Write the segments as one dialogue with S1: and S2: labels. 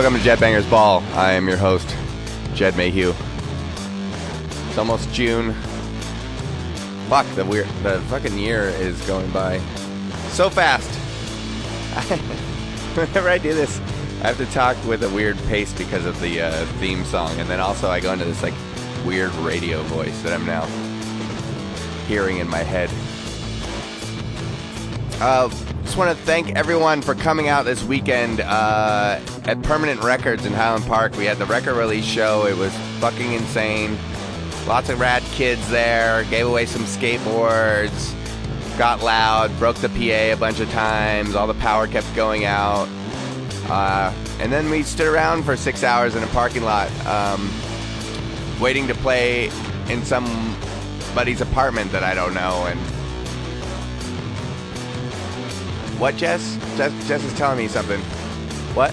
S1: Welcome to Jet Bangers Ball. I am your host, Jed Mayhew. It's almost June. Fuck, the weird, the fucking year is going by so fast. Whenever I do this, I have to talk with a weird pace because of the uh, theme song, and then also I go into this like weird radio voice that I'm now hearing in my head. Uh, just want to thank everyone for coming out this weekend uh, at Permanent Records in Highland Park. We had the record release show. It was fucking insane. Lots of rad kids there. Gave away some skateboards. Got loud. Broke the PA a bunch of times. All the power kept going out. Uh, and then we stood around for six hours in a parking lot, um, waiting to play in somebody's apartment that I don't know. And what, Jess? Jess, Jess is telling me something. What?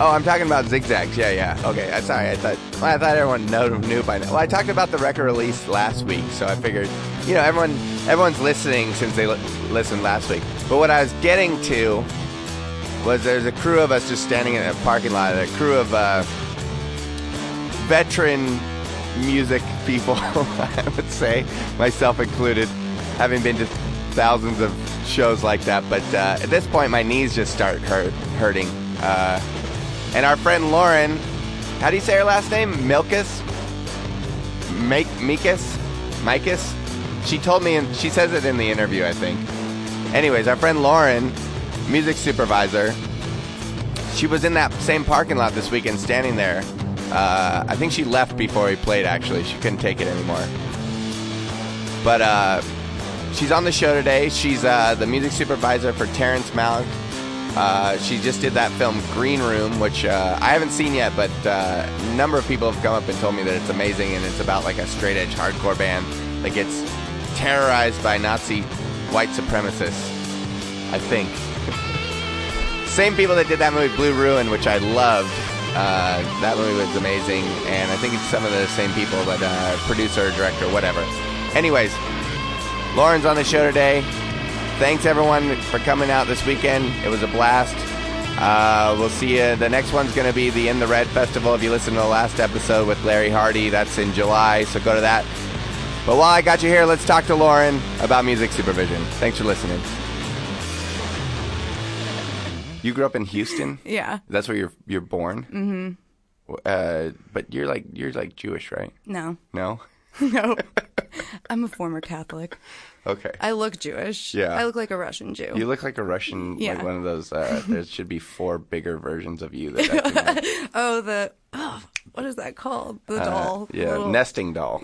S1: Oh, I'm talking about zigzags. Yeah, yeah. Okay, I'm sorry. I thought well, I thought everyone know, knew by now. Well, I talked about the record release last week, so I figured, you know, everyone everyone's listening since they li- listened last week. But what I was getting to was there's a crew of us just standing in a parking lot, a crew of uh, veteran music people, I would say, myself included, having been to thousands of shows like that. But uh, at this point, my knees just start hurt, hurting. Uh, and our friend Lauren, how do you say her last name? Milkus? Make Mikus? Mikus? She told me, and she says it in the interview, I think. Anyways, our friend Lauren, music supervisor, she was in that same parking lot this weekend, standing there. Uh, I think she left before we played. Actually, she couldn't take it anymore. But uh, she's on the show today. She's uh, the music supervisor for Terrence Malick. Uh, she just did that film Green Room, which uh, I haven't seen yet, but uh, a number of people have come up and told me that it's amazing, and it's about like a straight edge hardcore band that gets terrorized by Nazi white supremacists. I think. Same people that did that movie Blue Ruin, which I loved. Uh, that movie was amazing, and I think it's some of the same people that uh, producer, director, whatever. Anyways, Lauren's on the show today. Thanks everyone for coming out this weekend. It was a blast. Uh, we'll see you. The next one's going to be the In the Red Festival. If you listen to the last episode with Larry Hardy, that's in July, so go to that. But while I got you here, let's talk to Lauren about music supervision. Thanks for listening. You grew up in Houston.
S2: Yeah.
S1: That's where you're you're born. Mm-hmm. Uh, but you're like you're like Jewish, right?
S2: No.
S1: No.
S2: No. I'm a former Catholic.
S1: Okay.
S2: I look Jewish.
S1: Yeah.
S2: I look like a Russian Jew.
S1: You look like a Russian, like
S2: Yeah.
S1: one of those. Uh, there should be four bigger versions of you. That I can,
S2: oh, the oh, what is that called? The
S1: uh,
S2: doll.
S1: yeah,
S2: Little-
S1: nesting doll.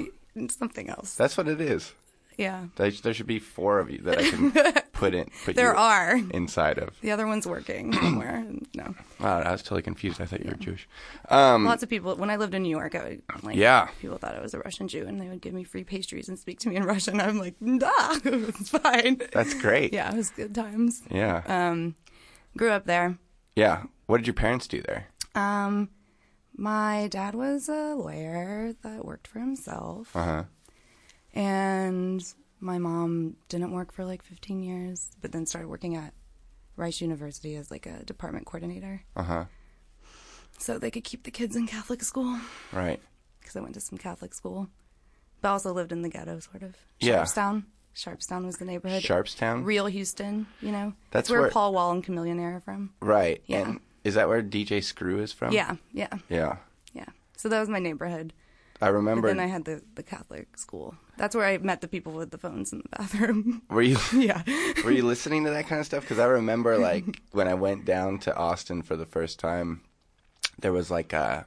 S2: Something else.
S1: That's what it is.
S2: Yeah.
S1: There, there should be four of you that I can put in. Put
S2: There
S1: you
S2: are.
S1: inside of.
S2: The other one's working somewhere. No.
S1: Wow, I was totally confused. I thought you were Jewish. Um,
S2: Lots of people. When I lived in New York, I would like.
S1: Yeah.
S2: People thought I was a Russian Jew, and they would give me free pastries and speak to me in Russian. I'm like, nah, it's fine.
S1: That's great.
S2: yeah, it was good times.
S1: Yeah.
S2: Um, grew up there.
S1: yeah. What did your parents do there?
S2: Um, my dad was a lawyer that worked for himself.
S1: Uh-huh.
S2: And my mom didn't work for like 15 years, but then started working at Rice University as like a department coordinator
S1: Uh huh.
S2: so they could keep the kids in Catholic school
S1: Right.
S2: because I went to some Catholic school. But also lived in the ghetto, sort of.
S1: Yeah.
S2: Sharpstown. Sharpstown was the neighborhood.
S1: Sharpstown?
S2: Real Houston, you know?
S1: That's
S2: It's where,
S1: where-
S2: Paul Wall and Chameleonaire are from.
S1: Right.
S2: Yeah.
S1: And is that where DJ Screw is from?
S2: Yeah, yeah,
S1: Yeah.
S2: yeah. So that was my neighborhood.
S1: I remember.
S2: Then I had the, the Catholic school. That's where I met the people with the phones in the bathroom.
S1: were you?
S2: yeah.
S1: Were you listening to that kind of stuff? Because I remember, like, when I went down to Austin for the first time, there was like a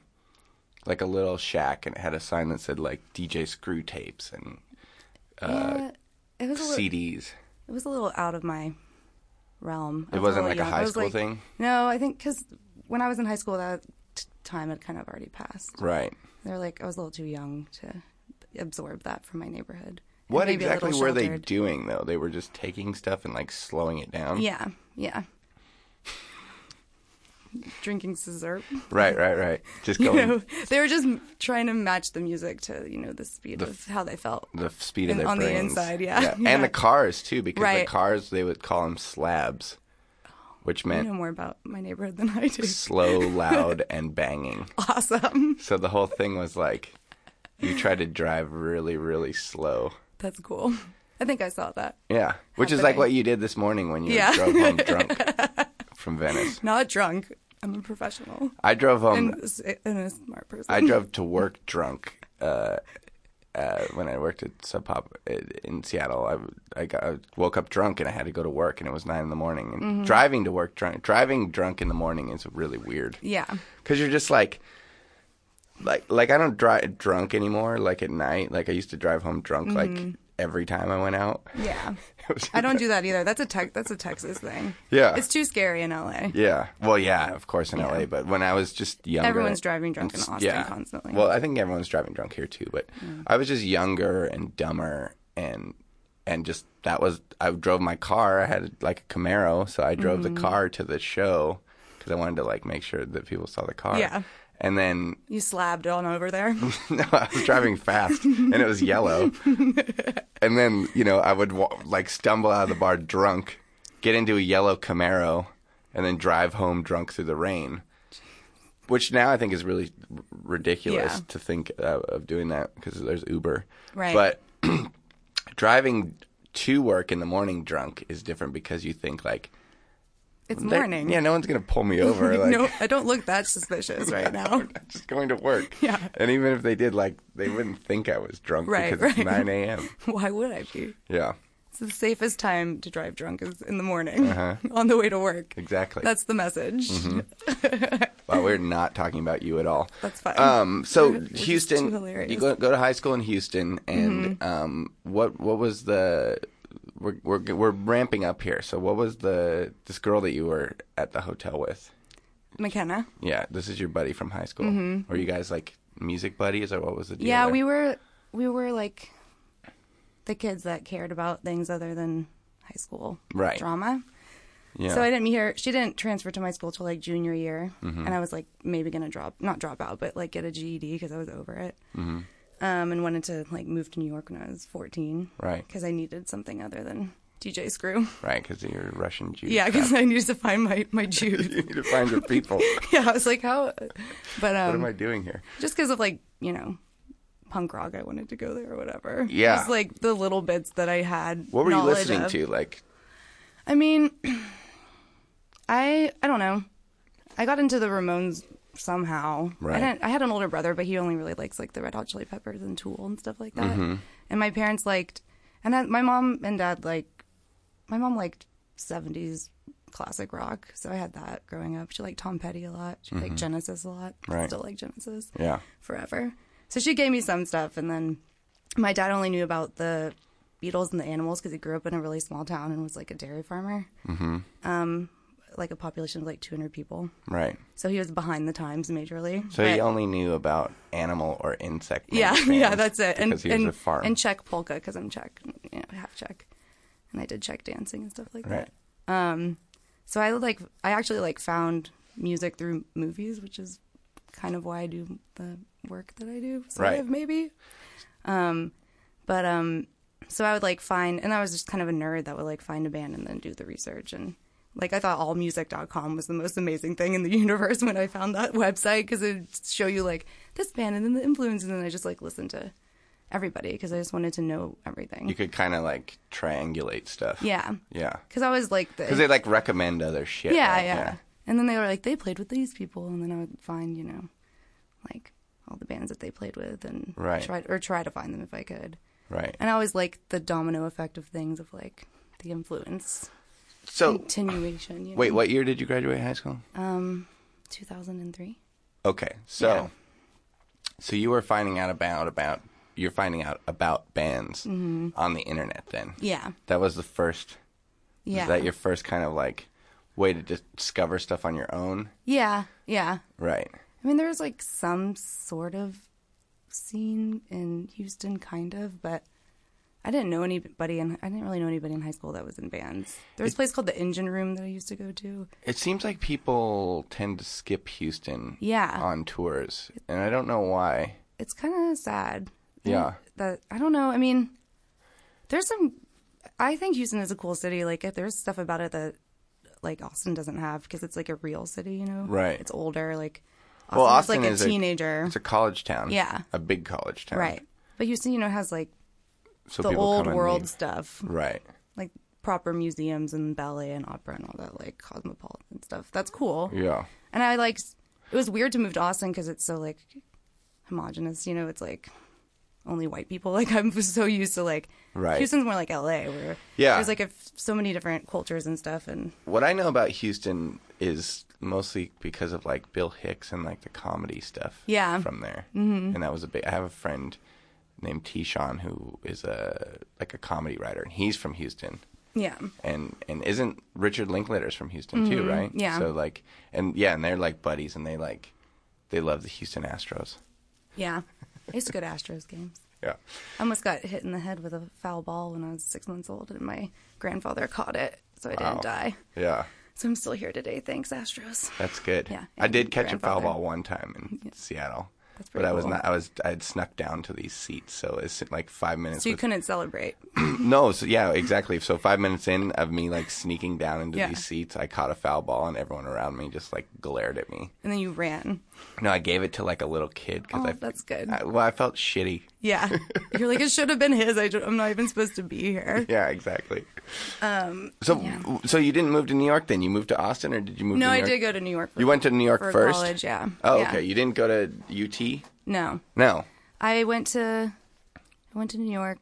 S1: like a little shack, and it had a sign that said like DJ Screw Tapes and Uh,
S2: yeah. It was a little,
S1: CDs.
S2: it was a little out of my realm. I
S1: It
S2: was
S1: wasn't
S2: little
S1: like a
S2: young.
S1: high
S2: I was
S1: school
S2: like-
S1: thing,
S2: No, I think because when I was in high school, that t- time had kind of already passed.
S1: right?
S2: They're like I was a little too young to absorb that from my neighborhood. And
S1: What
S2: maybe a little
S1: exactly were they
S2: sheltered.
S1: doing though? They were just taking stuff and like slowing it down.
S2: Yeah, yeah. Drinking dessert.
S1: Right, right, right. Just
S2: You
S1: going
S2: know, they were just m- trying to match the music to you know the speed of how they felt.
S1: the f- speed of
S2: And
S1: their
S2: on the
S1: brains.
S2: inside, yeah.
S1: and
S2: Yeah.
S1: the cars too, because the
S2: Right.
S1: cars they would call them slabs. which
S2: You
S1: meant
S2: know more about my neighborhood than I do.
S1: slow, loud, and banging.
S2: Awesome.
S1: So the whole thing was like you try to drive really, really slow.
S2: That's cool. I think I saw that.
S1: Yeah, which is like
S2: Happening.
S1: what you did this morning when you
S2: Yeah.
S1: drove home drunk from Venice.
S2: Not drunk. I'm a professional
S1: I drove home.
S2: and, s- and a smart person.
S1: I drove to work drunk. Uh, uh, when I worked at Sub Pop i- in Seattle, I I, got, I woke up drunk and I had to go to work, and it was nine in the morning. And
S2: Mm-hmm.
S1: driving to work drunk, driving drunk in the morning is really weird.
S2: yeah.
S1: because you're just like like like i don't drive drunk anymore like at night like i used to drive home drunk
S2: Mm-hmm.
S1: like every time i went out
S2: Yeah.
S1: It was-
S2: I don't do that either. That's a tech that's a Texas thing.
S1: Yeah.
S2: It's too scary in LA.
S1: yeah well yeah of course in la but when i was just younger
S2: Everyone's driving drunk in
S1: and s-
S2: Austin constantly. Mm.
S1: well i think everyone's driving drunk here too but i was just younger and dumber and and just that was i drove my car i had like a camaro so i drove
S2: Mm-hmm.
S1: the car to the show because i wanted to like make sure that people saw the car
S2: Yeah.
S1: and then
S2: You slabbed on over there.
S1: No, I was driving fast and it was yellow. and then, you know, I would wa- like stumble out of the bar drunk, get into a yellow Camaro, and then drive home drunk through the rain. Which now I think is really r- ridiculous
S2: Yeah.
S1: to think uh, of doing that because there's Uber.
S2: Right.
S1: But driving to work in the morning drunk is different because you think like
S2: It's
S1: "There-
S2: morning.
S1: Yeah, no one's gonna pull me over. Like,
S2: no, I don't look that suspicious right now.
S1: I'm just going to work.
S2: Yeah.
S1: And even if they did, like, they wouldn't think I was drunk
S2: Right,
S1: because it's
S2: right.
S1: 9 a.m.
S2: Why would I be?
S1: Yeah,
S2: It's the safest time to drive drunk is in the morning on the way to work.
S1: Uh-huh. exactly. Mm-hmm.
S2: That's the message.
S1: well, we're not talking about you at all.
S2: That's fine.
S1: Um, so
S2: We're just
S1: Houston,
S2: too hilarious. Mm-hmm.
S1: you go, go to high school in Houston, and um, what what was the we're, we're we're ramping up here. So what was the this girl that you were at the hotel with?
S2: McKenna.
S1: Yeah, this is your buddy from high school. Were you guys like music buddies, or what was the deal?
S2: Mm-hmm. Yeah,
S1: there?
S2: we were we were like the kids that cared about things other than high school
S1: Right.
S2: drama.
S1: Yeah.
S2: So I didn't meet her. She didn't transfer to my school till like junior year,
S1: Mm-hmm.
S2: and I was like maybe gonna drop, not drop out, but like get a GED because I was over it.
S1: Mm-hmm.
S2: Um, and wanted to like move to New York when I was fourteen,
S1: Right.
S2: Because I needed something other than DJ Screw.
S1: right, because you're Russian Jew.
S2: yeah, because I needed to find my my
S1: you
S2: Jews.
S1: need to find your people. what
S2: yeah, I was like how, but
S1: am
S2: um,
S1: I doing here?
S2: just because of like you know punk rock i wanted to go there or whatever
S1: Yeah.
S2: just like the little bits that i had
S1: What were you
S2: knowledge
S1: listening
S2: of.
S1: to? Like,
S2: i mean i i don't know i got into the ramones somehow
S1: Right.
S2: I, didn't, I had an older brother but he only really likes like the red hot chili peppers and tool and stuff like that
S1: Mm-hmm.
S2: and my parents liked and then my mom and dad like my mom liked 70s classic rock so i had that growing up she liked tom petty a lot she liked genesis a lot
S1: Mm-hmm. Right.
S2: still like genesis
S1: yeah,
S2: forever. So she gave me some stuff, and then my dad only knew about the Beatles and the animals because he grew up in a really small town and was like a dairy farmer, mm-hmm. um, like a population of like 200 people.
S1: right.
S2: So he was behind the times majorly.
S1: So
S2: But-
S1: he only knew about animal or insect.
S2: yeah,
S1: names
S2: yeah,
S1: fans
S2: that's it. And
S1: because he was
S2: and,
S1: a farm.
S2: and Czech polka because I'm Czech, you know, half Czech, and I did Czech dancing and stuff like
S1: Right.
S2: that. Um, so I like I actually like found music through movies, which is kind of why I do the work that I do, sort
S1: Right.
S2: of maybe. Um, but um, so I would like find, and I was just kind of a nerd that would like find a band and then do the research and. Like I thought allmusic.com was the most amazing thing in the universe when I found that website because it'd show you like this band and then the influence and then I just like listened to everybody because I just wanted to know everything.
S1: you could kind of like triangulate stuff.
S2: yeah,
S1: yeah.
S2: because I was like the
S1: Because they like recommend other shit.
S2: yeah,
S1: right?
S2: yeah, And then they were like, they played with these people, and then I would find, you know, like all the bands that they played with, and
S1: Right.
S2: try or try to find them if I could.
S1: Right.
S2: And I always like the domino effect of things, of like the influence
S1: So
S2: continuation. You know?
S1: Oh. wait, what year did you graduate high school?
S2: um, two thousand and three.
S1: Okay, so
S2: Yeah.
S1: so you were finding out about about you're finding out about bands
S2: Mm-hmm.
S1: on the internet then.
S2: Yeah,
S1: That was the first.
S2: yeah,
S1: Is that your first kind of like way to just discover stuff on your own?
S2: yeah, yeah.
S1: Right.
S2: I mean, there was like some sort of scene in Houston, kind of, but I didn't know anybody, and I didn't really know anybody in high school that was in bands. There was a place called the Engine Room that I used to go to.
S1: It seems like people tend to skip Houston
S2: Yeah.
S1: on tours, and I don't know why.
S2: It's kind of sad.
S1: Yeah.
S2: That I don't know. I mean, there's some. I think Houston is a cool city. Like, if there's stuff about it that like Austin doesn't have because it's like a real city, you know?
S1: Right.
S2: It's older. Like Austin
S1: Well,
S2: was,
S1: Austin
S2: like
S1: is
S2: a
S1: a-
S2: teenager,
S1: It's a college town.
S2: Yeah.
S1: A big college town.
S2: right? But Houston, you know, has like
S1: So
S2: the
S1: people
S2: old
S1: come and
S2: world
S1: leave.
S2: stuff,
S1: Right.
S2: like proper museums and ballet and opera and all that, like cosmopolitan stuff. That's cool.
S1: Yeah.
S2: And I like s- it was weird to move to Austin because it's so like homogenous. You know, it's like only white people. Like I'm so used to like
S1: Right.
S2: Houston's more like L.A. where
S1: Yeah.
S2: there's like a f so many different cultures and stuff. And
S1: What I know about Houston is mostly because of like Bill Hicks and like the comedy stuff.
S2: Yeah.
S1: From there, mm-hmm. and that was a big. I have a friend named Tishon who is a like a comedy writer, and he's from Houston.
S2: yeah,
S1: and and isn't Richard Linklater's from Houston too, right?
S2: Mm-hmm. yeah.
S1: So like, and yeah, and they're like buddies, and they like, they love the Houston Astros.
S2: yeah, I used to go to Astros games.
S1: Yeah.
S2: I almost got hit in the head with a foul ball when I was six months old, and my grandfather caught it, so I didn't
S1: Wow.
S2: die.
S1: Yeah.
S2: So I'm still here today. Thanks, Astros.
S1: That's good.
S2: Yeah,
S1: I
S2: and
S1: did catch a foul
S2: grandfather.
S1: ball one time in Seattle.
S2: That's
S1: but
S2: pretty
S1: I was
S2: cool.
S1: not. I was. I had snuck down to these seats, so it's like five minutes.
S2: So you
S1: with-
S2: couldn't celebrate.
S1: no, so yeah, exactly. So five minutes in of me like sneaking down into
S2: Yeah.
S1: these seats, I caught a foul ball, and everyone around me just like glared at me.
S2: And then you ran.
S1: No, I gave it to like a little kid because
S2: Oh,
S1: I.
S2: that's good.
S1: I, well, I felt shitty.
S2: Yeah. You're like, it should have been his. I don't- I'm not even supposed to be here.
S1: Yeah, exactly. Um, so, so you didn't move to New York then? You moved to Austin, or did you move?
S2: No,
S1: to New
S2: I
S1: York?
S2: did go to New York. For,
S1: You went to New York
S2: for
S1: first.
S2: college, yeah.
S1: Oh,
S2: Yeah.
S1: okay. You didn't go to UT.
S2: No,
S1: No.
S2: I went to, I went to New York.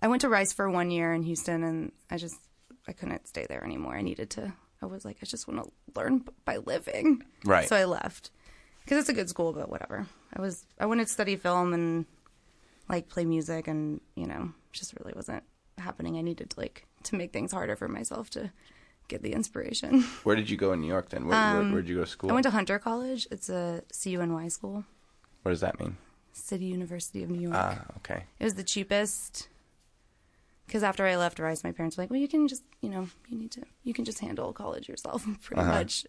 S2: I went to Rice for one year in Houston, and I just, I couldn't stay there anymore. I needed to. I was like, I just want to learn b- by living.
S1: Right.
S2: So I left because it's a good school, but whatever. I was, I wanted to study film and like play music, and you know, it just really wasn't happening. I needed to like to make things harder for myself to get the inspiration.
S1: Where did you go in New York then? Where, where, where did you go to school?
S2: Um, I went to Hunter College. It's a CUNY school,
S1: what does that mean?
S2: City University of New York.
S1: Ah, okay.
S2: it was the cheapest. Because after I left Rice, my parents were like, "Well, you can just, you know, you need to, you can just handle college yourself, pretty
S1: Uh-huh.
S2: much."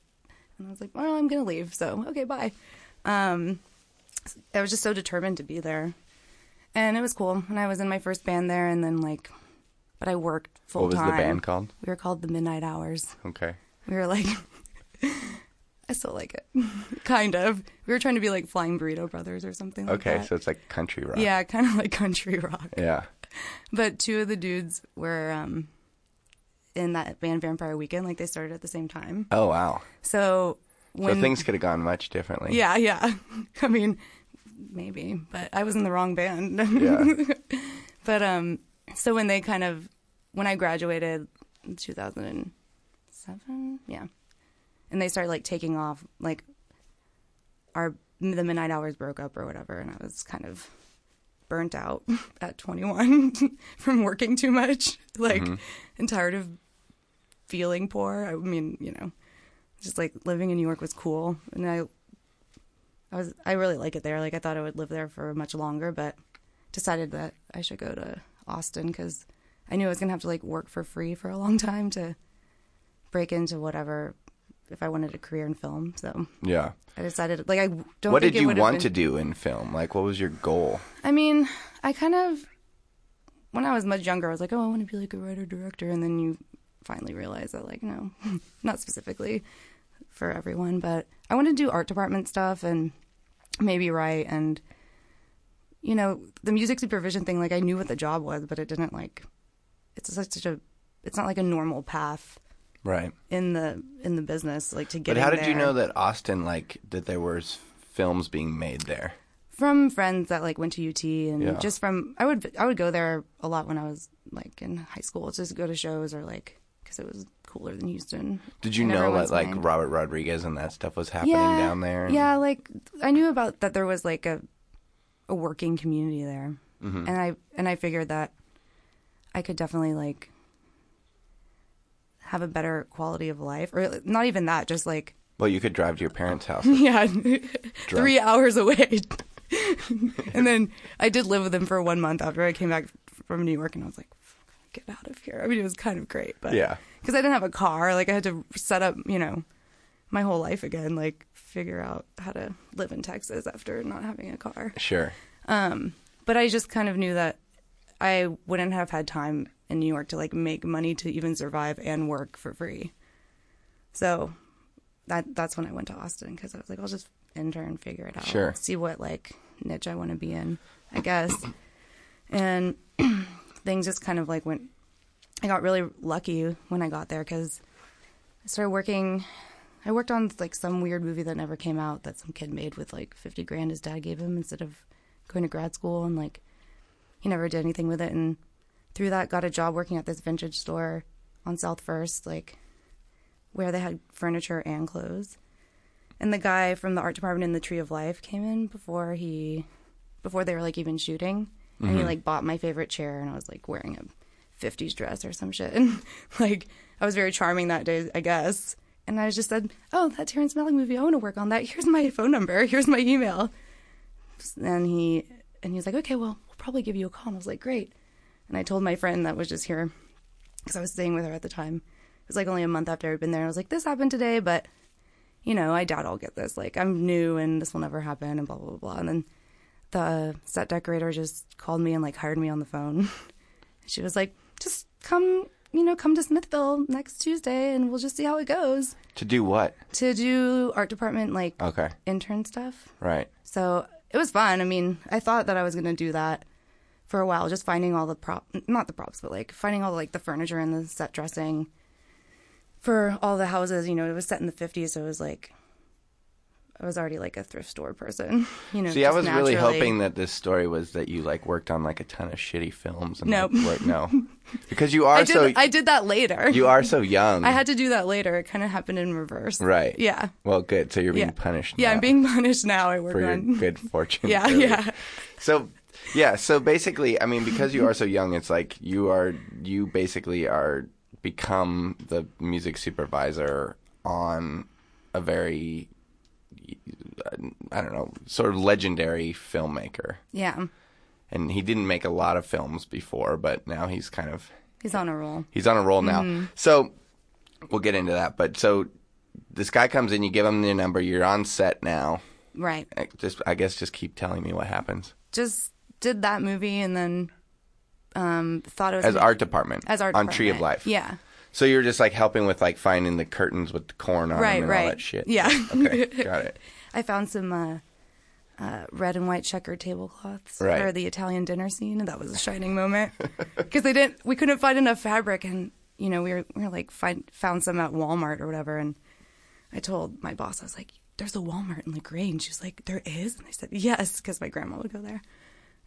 S2: And I was like, "Well, I'm gonna leave, so okay, bye." Um, I was just so determined to be there, and it was cool. And I was in my first band there, and then like, but I worked full
S1: What was
S2: time.
S1: the band called?
S2: We were called the Midnight Hours.
S1: Okay.
S2: We were like, I still like it, kind of. We were trying to be like Flying Burrito Brothers or something. Like
S1: Okay.
S2: that.
S1: So it's like country rock.
S2: yeah, kind of like country rock.
S1: Yeah.
S2: But two of the dudes were um, in that band Vampire Weekend. Like they started at the same time.
S1: Oh wow.
S2: So when
S1: so things could have gone much differently.
S2: yeah, yeah. I mean, maybe, but I was in the wrong band.
S1: Yeah.
S2: But um, so when they kind of when I graduated, in 2007, yeah, and they started like taking off, like our the midnight hours broke up or whatever, and I was kind of burnt out at 21 from working too much,
S1: Mm-hmm.
S2: like and tired of feeling poor. I mean, you know, just like living in New York was cool, and I. I was I really like it there. Like I thought I would live there for much longer, but decided that I should go to Austin because I knew I was gonna have to like work for free for a long time to break into whatever if I wanted a career in film. So
S1: Yeah.
S2: I decided like I don't.
S1: What
S2: think
S1: did you
S2: it
S1: want to
S2: to
S1: do in film? Like, what was your goal?
S2: I mean, I kind of when I was much younger, I was like, oh, I want to be like a writer director, and then you finally realize that like no, not specifically for everyone, but I want to do art department stuff and maybe write and you know the music supervision thing. Like I knew what the job was, but it didn't like it's such a it's not like a normal path
S1: Right.
S2: in the in the business like to get.
S1: But how did you know that Austin like that there was films being made there?
S2: from friends that like went to UT and
S1: Yeah.
S2: just from I would I would go there a lot when I was like in high school just to go to shows or like because it was cooler than Houston.
S1: Did you
S2: in
S1: know that
S2: everyone's
S1: like
S2: mind.
S1: Robert Rodriguez and that stuff was happening
S2: yeah,
S1: down there? and-
S2: Yeah, like I knew about that there was like a a working community there,
S1: Mm-hmm.
S2: and I and I figured that I could definitely like have a better quality of life or not even that just like
S1: Well, you could drive to your parents' house.
S2: yeah, three hours away. and then I did live with them for one month after I came back from New York, and I was like, "Fuck, get out of here. I mean, it was kind of great, but
S1: Yeah.
S2: because I didn't have a car, like I had to set up, you know, my whole life again, like figure out how to live in Texas after not having a car.
S1: Sure.
S2: Um, But I just kind of knew that I wouldn't have had time in New York to like make money to even survive and work for free. So that that's when I went to Austin because I was like, I'll just enter and figure it out.
S1: Sure.
S2: See what like niche I want to be in, I guess. And things just kind of like went. I got really lucky when I got there because I started working. I worked on like some weird movie that never came out that some kid made with like fifty grand his dad gave him instead of going to grad school and like he never did anything with it and through that got a job working at this vintage store on South First like where they had furniture and clothes. And the guy from the art department in the Tree of Life came in before he before they were like even shooting. And he like bought my favorite chair and I was like wearing a 50s dress or some shit. And like I was very charming that day, I guess. And I just said, "Oh, that Terrence Malick movie. I want to work on that. Here's my phone number. Here's my email." And he and he was like, "Okay, well, we'll probably give you a call." And I was like, "Great." And I told my friend that was just here because I was staying with her at the time. It was like only a month after I'd been there. And I was like, this happened today, but you know, I doubt I'll get this. Like, I'm new and this will never happen and blah, blah, blah, blah. And then the set decorator just called me and like hired me on the phone. she was like, just come, you know, come to Smithville next Tuesday and we'll just see how it goes
S1: To do what?
S2: to do art department like
S1: Okay.
S2: intern stuff.
S1: Right.
S2: So it was fun. I mean, I thought that I was going to do that for a while, just finding all the prop, not the props, but like finding all like the furniture and the set dressing for all the houses. You know, it was set in the 50s. So it was like, I was already like a thrift store person, you know.
S1: See, I
S2: just
S1: was really
S2: naturally.
S1: hoping that this story was that you like worked on like a ton of shitty films and
S2: Nope.
S1: like, work- no, because you are
S2: I did,
S1: so
S2: I did that later.
S1: you are so young.
S2: I had to do that later. It kind of happened in reverse.
S1: right.
S2: Yeah.
S1: Well, good. So you're being
S2: Yeah.
S1: punished.
S2: Yeah,
S1: now
S2: I'm being punished now. I work
S1: for your
S2: on.
S1: good fortune.
S2: Yeah,
S1: really.
S2: yeah.
S1: So yeah, so basically, I mean, because you are so young, it's like you are you basically are become the music supervisor on a very I don't know, sort of legendary filmmaker.
S2: Yeah.
S1: And he didn't make a lot of films before, but now he's kind of
S2: He's on a roll.
S1: he's on a roll now.
S2: Mm-hmm.
S1: So we'll get into that, but so this guy comes in, you give him your number, you're on set now.
S2: Right.
S1: I- Just I guess just keep telling me what happens.
S2: just did that movie and then um thought it was
S1: as art department
S2: as art
S1: on Tree of
S2: department.
S1: Life.
S2: Yeah.
S1: So you're just like helping with like finding the curtains with the corn on
S2: Right,
S1: them and all
S2: right.
S1: that shit.
S2: Yeah.
S1: okay, got it.
S2: I found some uh, uh, red and white checkered tablecloths
S1: Right.
S2: for the Italian dinner scene, and that was a shining moment because they didn't. We couldn't find enough fabric, and you know we were, we were like find, found some at Walmart or whatever. And I told my boss, I was like, "There's a Walmart in Lagrange." She was like, "There is," and I said, "Yes," because my grandma would go there.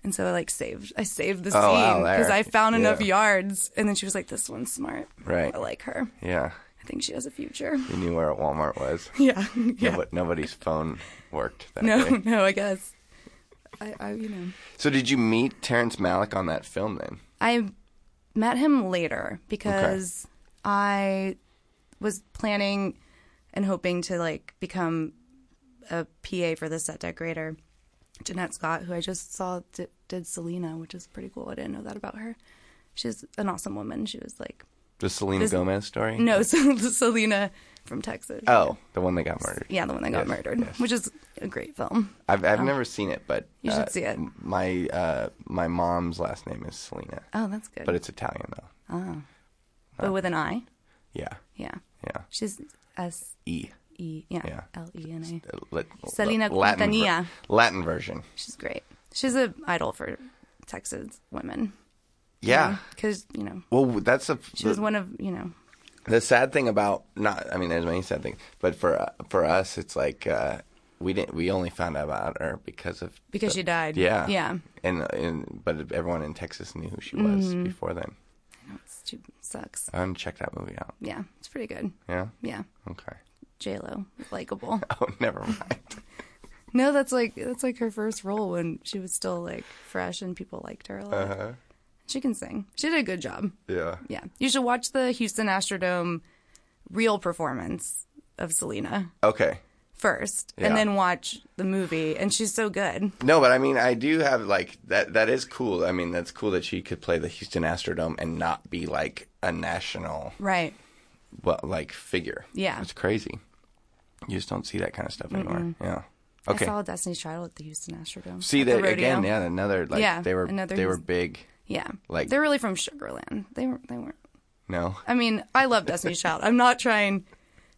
S2: And so I like saved. I saved the
S1: Oh, wow,
S2: scene
S1: there.
S2: because I found enough
S1: Yeah.
S2: yards. And then she was like, "This one's smart.
S1: Right.
S2: I like her.
S1: Yeah,
S2: I think she has a future."
S1: you knew where Walmart was.
S2: Yeah. yeah.
S1: Nobo- nobody's phone worked that
S2: No,
S1: day.
S2: no, I guess. I, I, you know,
S1: So did you meet Terrence Malick on that film then?
S2: I met him later because I was planning and hoping to like become a PA for the set decorator, Jeanette Scott, who I just saw d- did Selena, which is pretty cool. I didn't know that about her. She's an awesome woman. She was like,
S1: The Selena Gomez story?
S2: no, Selena from Texas.
S1: Oh, the one that got murdered.
S2: yeah, the one that got
S1: Yes,
S2: murdered,
S1: yes.
S2: which is a great film.
S1: I've I've never seen it, but
S2: Oh. You should
S1: uh,
S2: see it.
S1: My uh, my mom's last name is Selena,
S2: Oh, that's good.
S1: but it's Italian though.
S2: but with an I.
S1: Yeah,
S2: Yeah.
S1: yeah.
S2: She's S
S1: E.
S2: E yeah,
S1: Yeah.
S2: L E N A.
S1: Uh, lit-
S2: Selena
S1: Latin, ver-
S2: Quintanilla.
S1: Latin version.
S2: She's great. She's an idol for Texas women.
S1: Yeah.
S2: because you know
S1: Well, that's a.
S2: she was one of you know
S1: the sad thing about not i mean there's many sad things but for uh, for us it's like uh we didn't we only found out about her because of
S2: because she died.
S1: yeah
S2: yeah.
S1: and, and but everyone in texas knew who she was
S2: Mm-hmm.
S1: before then
S2: It's, she sucks.
S1: i want to check that movie out
S2: Yeah, it's pretty good.
S1: yeah
S2: Yeah,
S1: okay
S2: J Lo, likable.
S1: oh never mind
S2: no, that's like that's like her first role when she was still like fresh and people liked her a lot.
S1: Uh-huh.
S2: She can sing. She did a good job.
S1: yeah
S2: Yeah, you should watch the Houston Astrodome real performance of Selena.
S1: okay
S2: first
S1: Yeah.
S2: and then watch the movie and she's so good
S1: no but i mean i do have like that that is cool i mean that's cool that she could play the houston astrodome and not be like a national
S2: right
S1: well, like figure
S2: Yeah.
S1: it's crazy you just don't see that kind of stuff anymore yeah okay
S2: i saw destiny's child at the houston astrodome
S1: See
S2: at the
S1: that
S2: rodeo.
S1: again? Yeah, another like
S2: Yeah,
S1: they were
S2: another
S1: they were
S2: his-
S1: big.
S2: yeah
S1: like-
S2: they're really from sugarland they weren't they weren't
S1: No,
S2: i mean i love destiny's child i'm not trying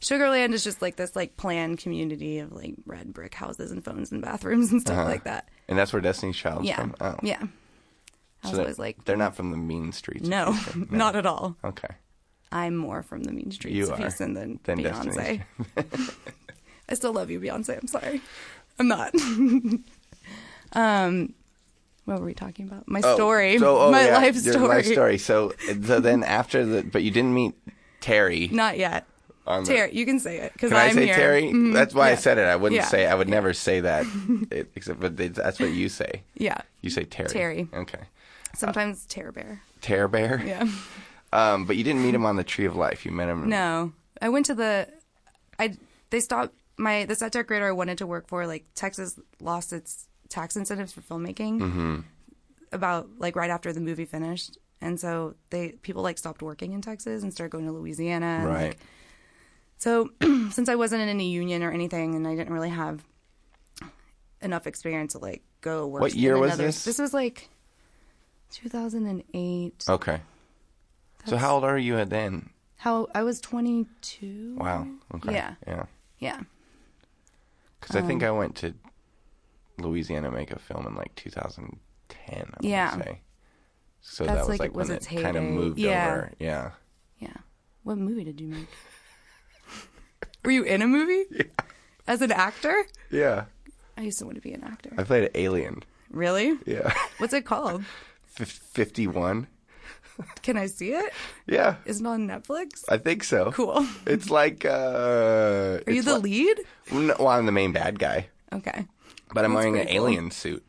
S2: Sugarland is just like this like planned community of like red brick houses and phones and bathrooms and stuff like that.
S1: And that's where Destiny's Child's
S2: Yeah.
S1: from. Uh-huh. Oh.
S2: Yeah. I
S1: So
S2: was
S1: they're-
S2: always like, "Mm."
S1: they're not from the mean streets. of
S2: no,
S1: Houston.
S2: not at all.
S1: Okay.
S2: I'm more from the mean streets
S1: You
S2: of
S1: are
S2: Houston than,
S1: than Destiny's
S2: Beyonce. I still love you, Beyonce. I'm sorry. I'm not. um, what were we talking about? My
S1: Oh,
S2: story.
S1: so- oh,
S2: my
S1: yeah,
S2: life
S1: your
S2: story.
S1: life story. So, so then after the, but you didn't meet Terry.
S2: Not yet.
S1: on the-
S2: Terry, you can say it because
S1: Can i
S2: I'm
S1: say
S2: here.
S1: Terry?
S2: Mhm,
S1: That's why I
S2: yeah.
S1: said it. I wouldn't
S2: Yeah.
S1: say. I would never say that. it, except, but it, that's what you say.
S2: Yeah.
S1: You say Terry.
S2: Terry.
S1: Okay.
S2: Sometimes Terror Bear.
S1: Terror Bear.
S2: Yeah.
S1: Um, but you didn't meet him on the Tree of Life. You met him.
S2: No, I went to the, I they stopped my the set decorator I wanted to work for. Like Texas lost its tax incentives for filmmaking
S1: Mm-hmm.
S2: about like right after the movie finished, and so they people like stopped working in Texas and started going to Louisiana. and,
S1: Right.
S2: like, so since I wasn't in any union or anything, and I didn't really have enough experience to like go work.
S1: What
S2: in
S1: year was
S2: another-
S1: this?
S2: This was like 2008.
S1: Okay. So how old are you at then?
S2: How I was 22.
S1: Wow. Okay.
S2: Yeah. Um,
S1: Yeah.
S2: Yeah.
S1: Because I think I went to Louisiana to make a film in like 2010. I wanna
S2: Yeah.
S1: Say. So
S2: That's
S1: that was
S2: like-
S1: like,
S2: was
S1: when it
S2: its
S1: kind of
S2: heyday.
S1: moved
S2: Yeah.
S1: over. Yeah.
S2: Yeah. What movie did you make? Were you in a movie? As an actor?
S1: Yeah.
S2: I used to want to be an actor.
S1: I played an alien.
S2: Really?
S1: Yeah.
S2: What's it called?
S1: Fif- 51.
S2: Can I see it?
S1: Yeah.
S2: Is it on Netflix?
S1: I think so.
S2: Cool.
S1: It's like uh Are
S2: Are you the lead?
S1: no, well, I'm the main bad guy,
S2: Okay.
S1: but I'm wearing an
S2: pretty cool.
S1: alien suit.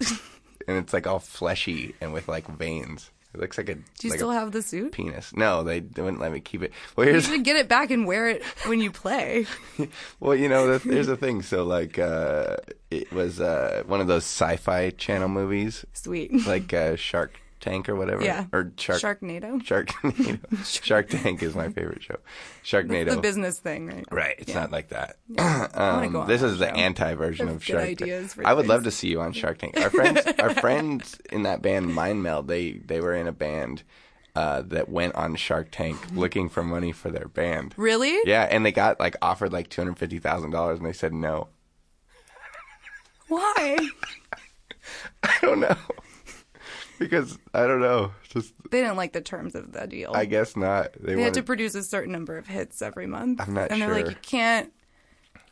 S1: and it's like all fleshy and with like veins. It looks like a
S2: Do you
S1: like
S2: still
S1: a
S2: have the suit?
S1: penis. No, they, they wouldn't let me keep it. Well,
S2: You
S1: here's
S2: should get it back and wear it when you play.
S1: well, you know, the, here's the thing. So like uh it was uh one of those sci-fi channel movies
S2: Sweet.
S1: like uh Shark Tank or whatever
S2: Yeah.
S1: or Shark
S2: Sharknado?
S1: Sharknado. Shark Tank is my favorite show.
S2: It's the
S1: Sharknado.
S2: business thing, right?
S1: Right. It's not like that.
S2: I wanna
S1: Um,
S2: go on
S1: this
S2: that
S1: is the
S2: show.
S1: anti version
S2: Have
S1: of
S2: good
S1: Shark
S2: ideas
S1: Tank.
S2: for
S1: I would love
S2: things.
S1: to see you on Shark Tank. Our friends, our friends in that band Mind Meld, they they were in a band uh, that went on Shark Tank looking for money for their band.
S2: Really?
S1: Yeah, and they got like offered like two hundred fifty thousand dollars, and they said no.
S2: Why?
S1: I don't know because I don't know. Just
S2: They didn't like the terms of the deal.
S1: I guess not. They,
S2: They had
S1: wanted.
S2: to produce a certain number of hits every month.
S1: I'm not
S2: and they're
S1: sure.
S2: like, you can't,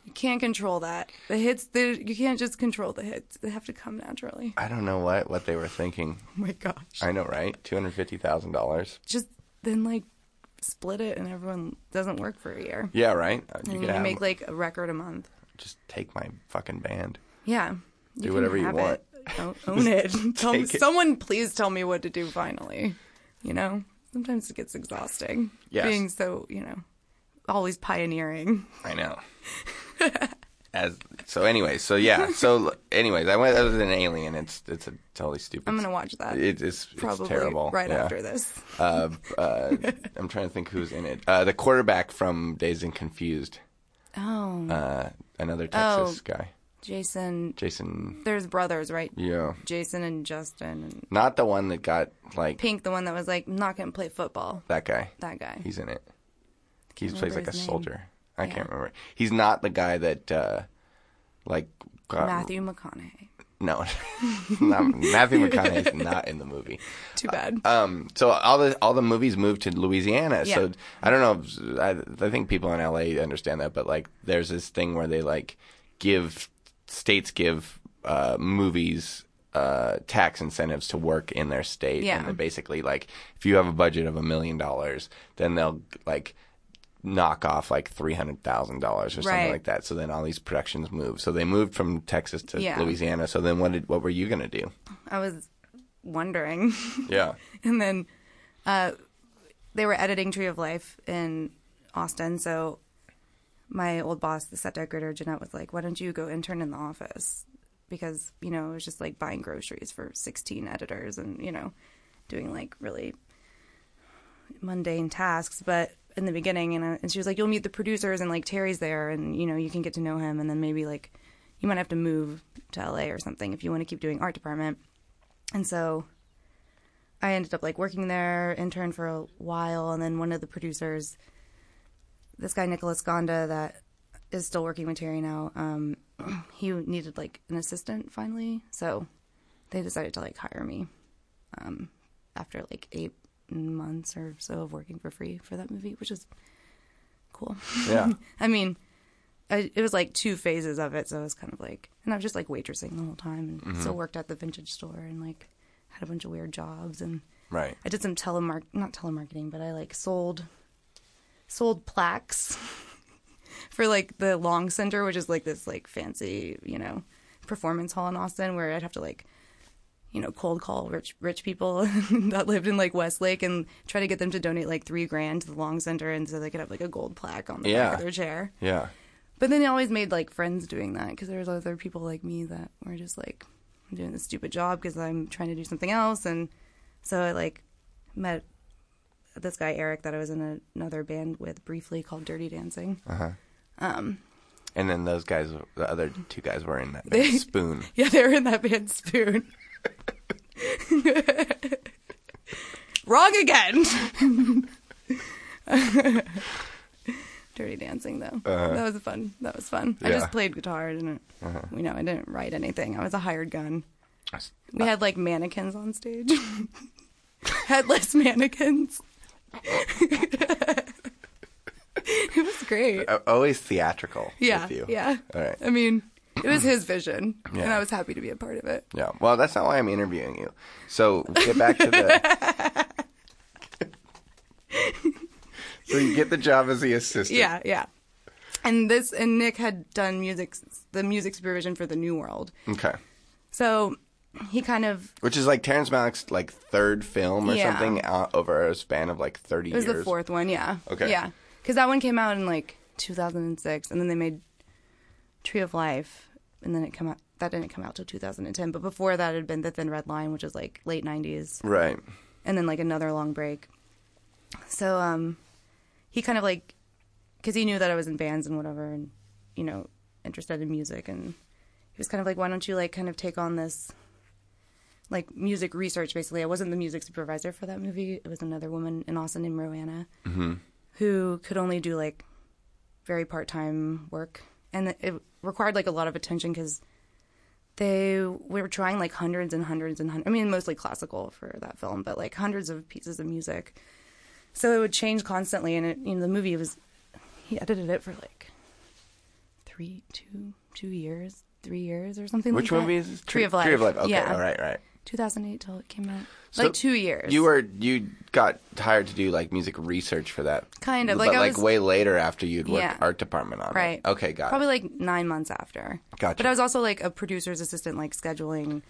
S2: you can't control that. The hits, they- you can't just control the hits. They have to come naturally.
S1: I don't know what what they were thinking.
S2: Oh my gosh!
S1: I know, right? Two hundred fifty thousand dollars.
S2: Just then, like, split it, and everyone doesn't work for a year,
S1: Yeah, right. Uh, You
S2: and
S1: could
S2: Mm, you
S1: have
S2: make like a record a month.
S1: just take my fucking band.
S2: Yeah, you can
S1: whatever you
S2: have
S1: want.
S2: It. O- Own it. tell me,
S1: take it.
S2: someone, please tell me what to do. Finally, you know. Sometimes it gets exhausting.
S1: Yes.
S2: Being so, you know, always pioneering.
S1: I know. As so, anyways, so yeah, so anyways, I went. That was an alien. It's it's a totally stupid.
S2: I'm gonna watch that.
S1: It, it's
S2: probably
S1: it's terrible.
S2: right
S1: yeah.
S2: after this.
S1: Uh, uh, I'm trying to think who's in it. Uh, the quarterback from Days and Confused.
S2: Oh,
S1: Uh, another Texas
S2: Oh.
S1: guy,
S2: Jason.
S1: Jason.
S2: There's brothers, right?
S1: Yeah,
S2: Jason and Justin and
S1: not the one that got like
S2: Pink, the one that was like, not gonna play football.
S1: that guy.
S2: That guy.
S1: He's in it. He
S2: Can't
S1: plays like
S2: remember
S1: a
S2: his name.
S1: soldier. I
S2: Yeah.
S1: can't remember. He's not the guy that uh, like got
S2: Matthew McConaughey.
S1: No, not, Matthew McConaughey's not in the movie.
S2: Too bad.
S1: Um, so all the all the movies moved to Louisiana. So
S2: Yeah.
S1: I don't know. if- I, I think people in LA understand that, but like, there's this thing where they like give states give uh, movies uh, tax incentives to work in their state,
S2: Yeah.
S1: and they basically like if you have a budget of a million dollars, then they'll like knock off like three hundred thousand dollars or something
S2: Right.
S1: like that. So then all these productions move. So they moved from Texas to
S2: Yeah.
S1: Louisiana. So then what did what were you gonna do?
S2: I was wondering.
S1: Yeah.
S2: and then uh, they were editing Tree of Life in Austin, so my old boss, the set decorator Jeanette, was like, "Why don't you go intern in the office?" Because you know it was just like buying groceries for sixteen editors and you know doing like really mundane tasks, but in the beginning, and, I, and she was like, "You'll meet the producers and like Terry's there, and you know you can get to know him, and then maybe like you might have to move to LA or something if you want to keep doing art department." And so I ended up like working there, interned for a while, and then one of the producers this guy Nicholas Gonda that is still working with Terry now. Um, he needed like an assistant finally, so they decided to like hire me. Um, after like eight months or so of working for free for that movie, which is cool.
S1: Yeah.
S2: I mean, I, it was like two phases of it, so it was kind of like, and I was just like waitressing the whole time, and still worked at the vintage store and like had a bunch of weird jobs, and
S1: right.
S2: I did some telemark not telemarketing, but I like sold sold plaques for like the Long Center, which is like this like fancy you know performance hall in Austin where I'd have to like you know cold call rich rich people that lived in like Westlake and try to get them to donate like three grand to the Long Center, and so they could have like a gold plaque on the back
S1: Yeah.
S2: of their chair.
S1: Yeah.
S2: But then I always made like friends doing that because there was other people like me that were just like, I'm doing this stupid job because I'm trying to do something else. And so I like met this guy Eric that I was in a, another band with briefly called Dirty Dancing.
S1: And then those guys, the other two guys, were in that band, spoon.
S2: Yeah, they were in that band Spoon. Wrong again. Dirty dancing though. That was fun. That was fun. I
S1: Yeah.
S2: just played guitar. I didn't. You know, I didn't write anything. I was a hired gun. We had like mannequins on stage, headless mannequins. it was great.
S1: Uh, Always theatrical.
S2: Yeah,
S1: With you.
S2: yeah.
S1: All right.
S2: I mean, it was his vision, and
S1: Yeah.
S2: I was happy to be a part of it.
S1: Yeah. Well, that's not why I'm interviewing you. So get back to the. so you get the job as the assistant.
S2: Yeah, yeah. And this and Nick had done music, the music supervision for the New World,
S1: Okay.
S2: so he kind of
S1: Which is like Terrence Malick's like third film or
S2: Yeah.
S1: something out over a span of like 30
S2: it was
S1: years.
S2: the fourth one, yeah,
S1: Okay.
S2: yeah, because that one came out in like 2006, and then they made Tree of Life, and then it come out that didn't come out till 2010, but before that had been The Thin Red Line, which was like late 90s,
S1: Right.
S2: and then like another long break. So um, he kind of like, because he knew that I was in bands and whatever, and you know, interested in music, and he was kind of like, why don't you like kind of take on this, like music research basically. I wasn't the music supervisor for that movie. It was another woman in Austin named Roanna,
S1: Mm-hmm.
S2: who could only do like very part time work, and it required like a lot of attention because they were trying like hundreds and hundreds and hundreds. I mean, mostly classical for that film, but like hundreds of pieces of music. So it would change constantly, and it, you know, the movie was he edited it for like three, two, two years, three years or something.
S1: Which
S2: like
S1: movie
S2: that.
S1: is this?
S2: Tree of Life?
S1: Tree of Life. Okay.
S2: yeah,
S1: All right. Right.
S2: 2008 till it came out.
S1: So
S2: like two years.
S1: You were you got hired to do like music research for that.
S2: Kind of,
S1: But
S2: like, I
S1: like
S2: was-
S1: way later after you'd worked
S2: Yeah.
S1: art department on
S2: right.
S1: it. Okay. Got
S2: Probably
S1: it.
S2: like nine months after.
S1: Gotcha.
S2: But I was also like a producer's assistant, like scheduling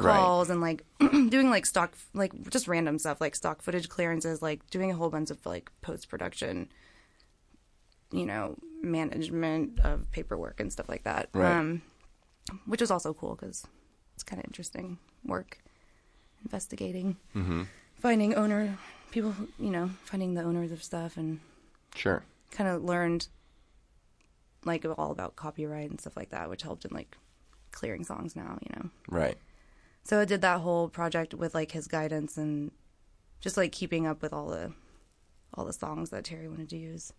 S1: Right.
S2: calls and like doing like stock, like just random stuff, like stock footage clearances, like doing a whole bunch of like post production, you know, management of paperwork and stuff like that. Um,
S1: Right.
S2: which is also cool because it's kind of interesting work, investigating,
S1: Mm-hmm.
S2: finding owner people, who- you know, finding the owners of stuff and
S1: Sure.
S2: kind of learned like all about copyright and stuff like that, which helped in like clearing songs now, you know.
S1: Right.
S2: So I did that whole project with like his guidance and just like keeping up with all the all the songs that Terry wanted to use.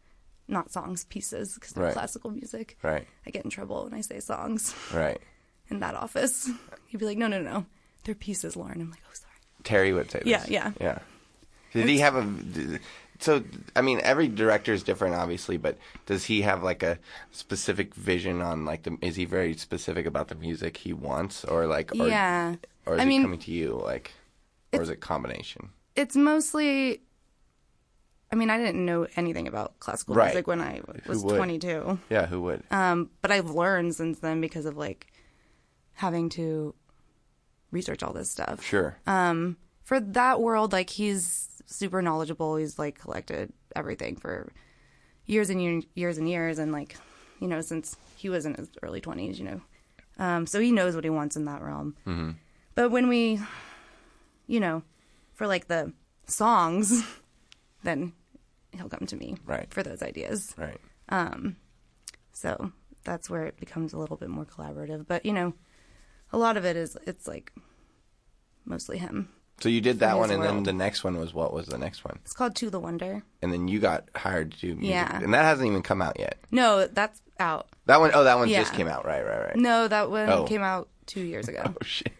S2: Not songs, pieces, because they're
S1: Right.
S2: classical music.
S1: Right.
S2: I get in trouble when I say songs
S1: Right.
S2: in that office. He'd be like, "No, no, no, they're pieces, Lauren." I'm like, "Oh, sorry."
S1: Terry would say this.
S2: Yeah, yeah.
S1: Yeah. Did he have a. d- So, I mean, every director is different, obviously, but does he have like a specific vision on like the. Is he very specific about the music he wants or like. Or,
S2: yeah,
S1: Or is
S2: I
S1: it
S2: mean,
S1: coming to you like. Or is it combination?
S2: it's mostly i mean i didn't know anything about classical
S1: Right.
S2: music when i was
S1: would?
S2: 22
S1: Yeah, who would?
S2: um, but i've learned since then because of like having to research all this stuff
S1: sure.
S2: uh, for that world like he's super knowledgeable he's like collected everything for years and year, years and years and like you know since he was in his early 20s you know um, so he knows what he wants in that realm but when we you know for like the songs then he'll come to me
S1: Right.
S2: for those ideas
S1: right.
S2: so that's where it becomes a little bit more collaborative but you know a lot of it is it's like mostly him
S1: So you did that
S2: his
S1: one, and then
S2: world.
S1: the next one was what was the next one?
S2: It's called To the Wonder.
S1: And then you got hired to do music,
S2: Yeah.
S1: and that hasn't even come out yet.
S2: No, that's out.
S1: That one, oh, that one just
S2: Yeah.
S1: came out, right, right, right.
S2: No, that one
S1: Oh.
S2: came out two years ago.
S1: Oh shit,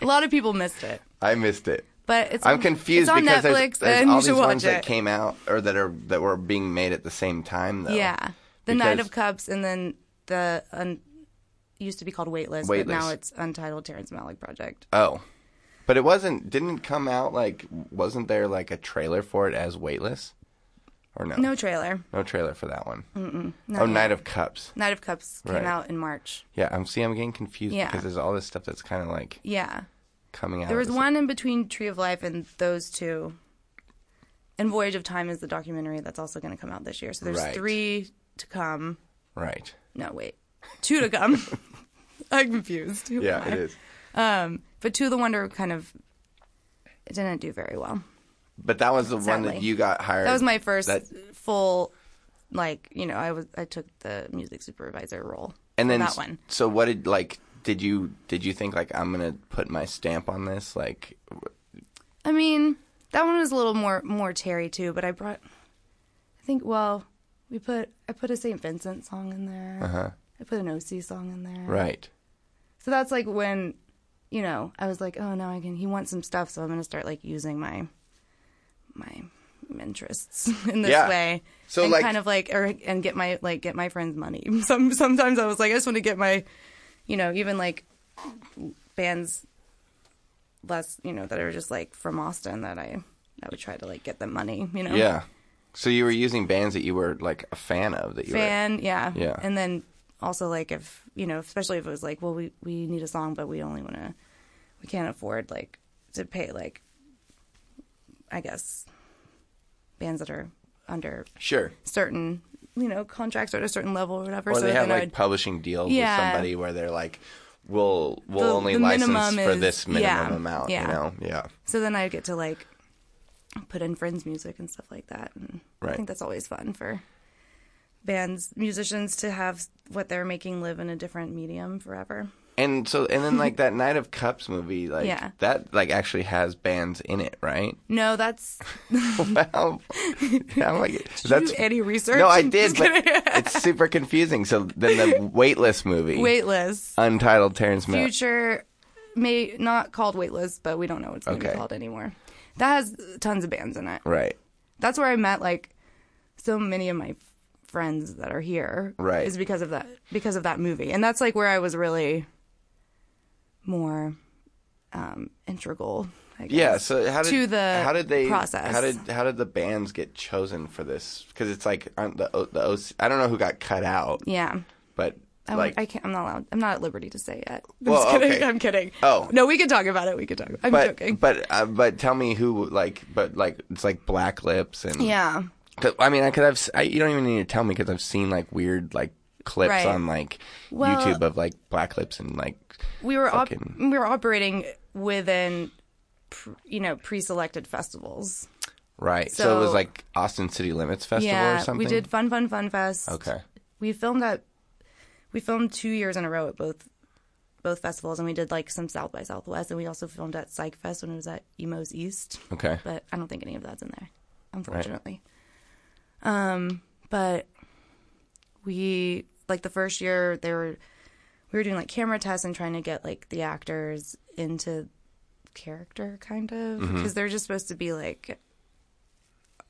S2: A lot of people missed it,
S1: I missed it.
S2: but it's
S1: I'm confused
S2: it's on
S1: because there's,
S2: Netflix,
S1: there's
S2: and
S1: all
S2: you should
S1: these
S2: watch
S1: ones
S2: it.
S1: that came out or that are that were being made at the same time though.
S2: yeah, the Knight
S1: because-
S2: of Cups, and then the un- used to be called Waitlist, but now
S1: Waitlist.
S2: it's Untitled Terrence Malick Project.
S1: Oh, but it wasn't. Didn't it come out like? Wasn't there like a trailer for it as Weightless? Or no?
S2: No trailer.
S1: No trailer for that one. Mm-mm, oh, Knight of Cups.
S2: Knight of Cups came
S1: Right.
S2: out in March.
S1: Yeah, I'm see. I'm getting confused
S2: Yeah.
S1: because there's all this stuff that's kind of like
S2: Yeah,
S1: coming out.
S2: there
S1: at the
S2: was one in between Tree of Life and those two. And Voyage of Time is the documentary that's also going to come out this year. So there's
S1: Right.
S2: three to come.
S1: same- Right.
S2: No, wait. Two to come. I'm confused. Who
S1: Yeah,
S2: am I?
S1: it is.
S2: Um, but Two of the Wonder kind of it didn't do very well.
S1: But that was the one that
S2: Sadly.
S1: you got hired.
S2: That was my first
S1: That-
S2: full, like you know, I was I took the music supervisor role.
S1: and
S2: for
S1: then
S2: that
S1: s-
S2: one.
S1: So what did like? Did you did you think like I'm gonna put my stamp on this? Like,
S2: I mean, that one was a little more more Terry too. But I brought, I think, well, we put I put a St. Vincent song in there.
S1: uh-huh.
S2: I put an OC song in there.
S1: right?
S2: So that's like when, you know, I was like, oh, now I can. He wants some stuff, so I'm gonna start like using my, my interests in this
S1: Yeah.
S2: way.
S1: So,
S2: and
S1: like-
S2: kind of like, or and get my like get my friends money. Some sometimes I was like, I just want to get my, you know, even like bands, less you know that are just like from Austin that I I would try to like get them money. You know,
S1: Yeah. So you were using bands that you were like a fan of that you
S2: fan, yeah,
S1: Yeah.
S2: and then also like if you know, especially if it was like, well, we we need a song, but we only want to, we can't afford like to pay like, I guess, bands that are under
S1: were sure.
S2: certain you know contracts or at a certain level or whatever.
S1: Or they have
S2: then I
S1: like
S2: would-
S1: publishing deals with
S2: Yeah.
S1: somebody where they're like, we'll we'll
S2: The-
S1: only
S2: the
S1: license
S2: minimum
S1: for
S2: is-
S1: this minimum
S2: yeah,
S1: amount.
S2: yeah.
S1: You know, yeah.
S2: so then I get to like put in friends music and stuff like that, and I
S1: Right.
S2: think that's always fun for bands musicians to have what they're making live in a different medium forever.
S1: And so and then like that Knight of Cups movie, like
S2: Yeah.
S1: that like actually has bands in it, right?
S2: No, that's
S1: Wow. yeah, I'm like,
S2: that's
S1: that's
S2: any research.
S1: no, I did,
S2: Just
S1: but
S2: kidding.
S1: it's super confusing. So then the Waitlist movie,
S2: Waitlist.
S1: untitled Terrence Malick.
S2: Future may not called Waitlist, but we don't know what it's going to
S1: Okay.
S2: be called anymore. That has tons of bands in it.
S1: Right.
S2: That's where I met like so many of my friends that are here.
S1: Right.
S2: Is because of that because of that movie. And that's like where I was really more um integral, I guess.
S1: Yeah. So how did
S2: to the
S1: how did they
S2: process.
S1: How did how did the bands get chosen for this? Because it's like aren't the O- the OC, I don't know who got cut out,
S2: Yeah.
S1: but
S2: I, won't-
S1: like
S2: I can't. I'm not allowed. I'm not at liberty to say yet. I'm
S1: Well,
S2: just kidding.
S1: okay.
S2: I'm kidding.
S1: Oh.
S2: no, we can talk about it. We can talk. I'm
S1: but
S2: joking.
S1: but uh, but tell me who like but like it's like Black Lips and
S2: yeah,
S1: 'Cause, I mean I could have s- I, you don't even need to tell me because I've seen like weird like clips
S2: Right.
S1: on like
S2: Well-
S1: YouTube of like Black Lips and like
S2: we were op-
S1: Fucking-
S2: we were operating within pr- you know pre-selected festivals.
S1: right. So, it was
S2: So-
S1: like Austin City Limits Festival or
S2: yeah,
S1: something.
S2: we did Fun Fun Fun Fest.
S1: Okay.
S2: we filmed at we filmed two years in a row at both both festivals, and we did like some South by Southwest, and we also filmed at Psych Fest when it was at Emo's East.
S1: Okay.
S2: but I don't think any of that's in there, unfortunately. Um, but we like the first year they were we were doing like camera tests and trying to get like the actors into character kind of because they're just supposed to be like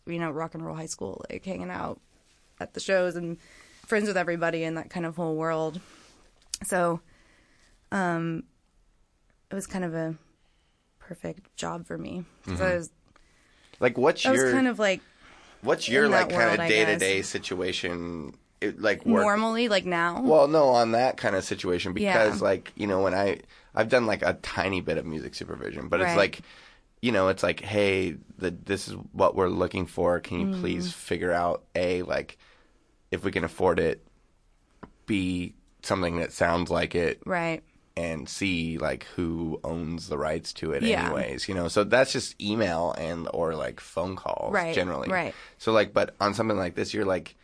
S2: you know rock and roll high school like hanging out at the shows and friends with everybody in that kind of whole world so um it was kind of a perfect job for me 'Cause I was
S1: Like what's
S2: that was
S1: your
S2: kind of like
S1: what's your
S2: in
S1: like
S2: that
S1: kind
S2: world,
S1: of
S2: I
S1: day to
S2: guess.
S1: day situation? It, like work
S2: normally like now.
S1: Well, no, on that kind of situation because
S2: Yeah.
S1: like, you know, when I I've done like a tiny bit of music supervision, but it's
S2: Right.
S1: like you know, it's like, hey, the, this is what we're looking for. Can you
S2: Mm.
S1: please figure out a like if we can afford it, b something that sounds like it,
S2: right.
S1: and c like who owns the rights to it,
S2: Yeah.
S1: anyways. You know, so that's just email and or like phone calls
S2: Right,
S1: generally.
S2: right.
S1: So like, but on something like this, you're like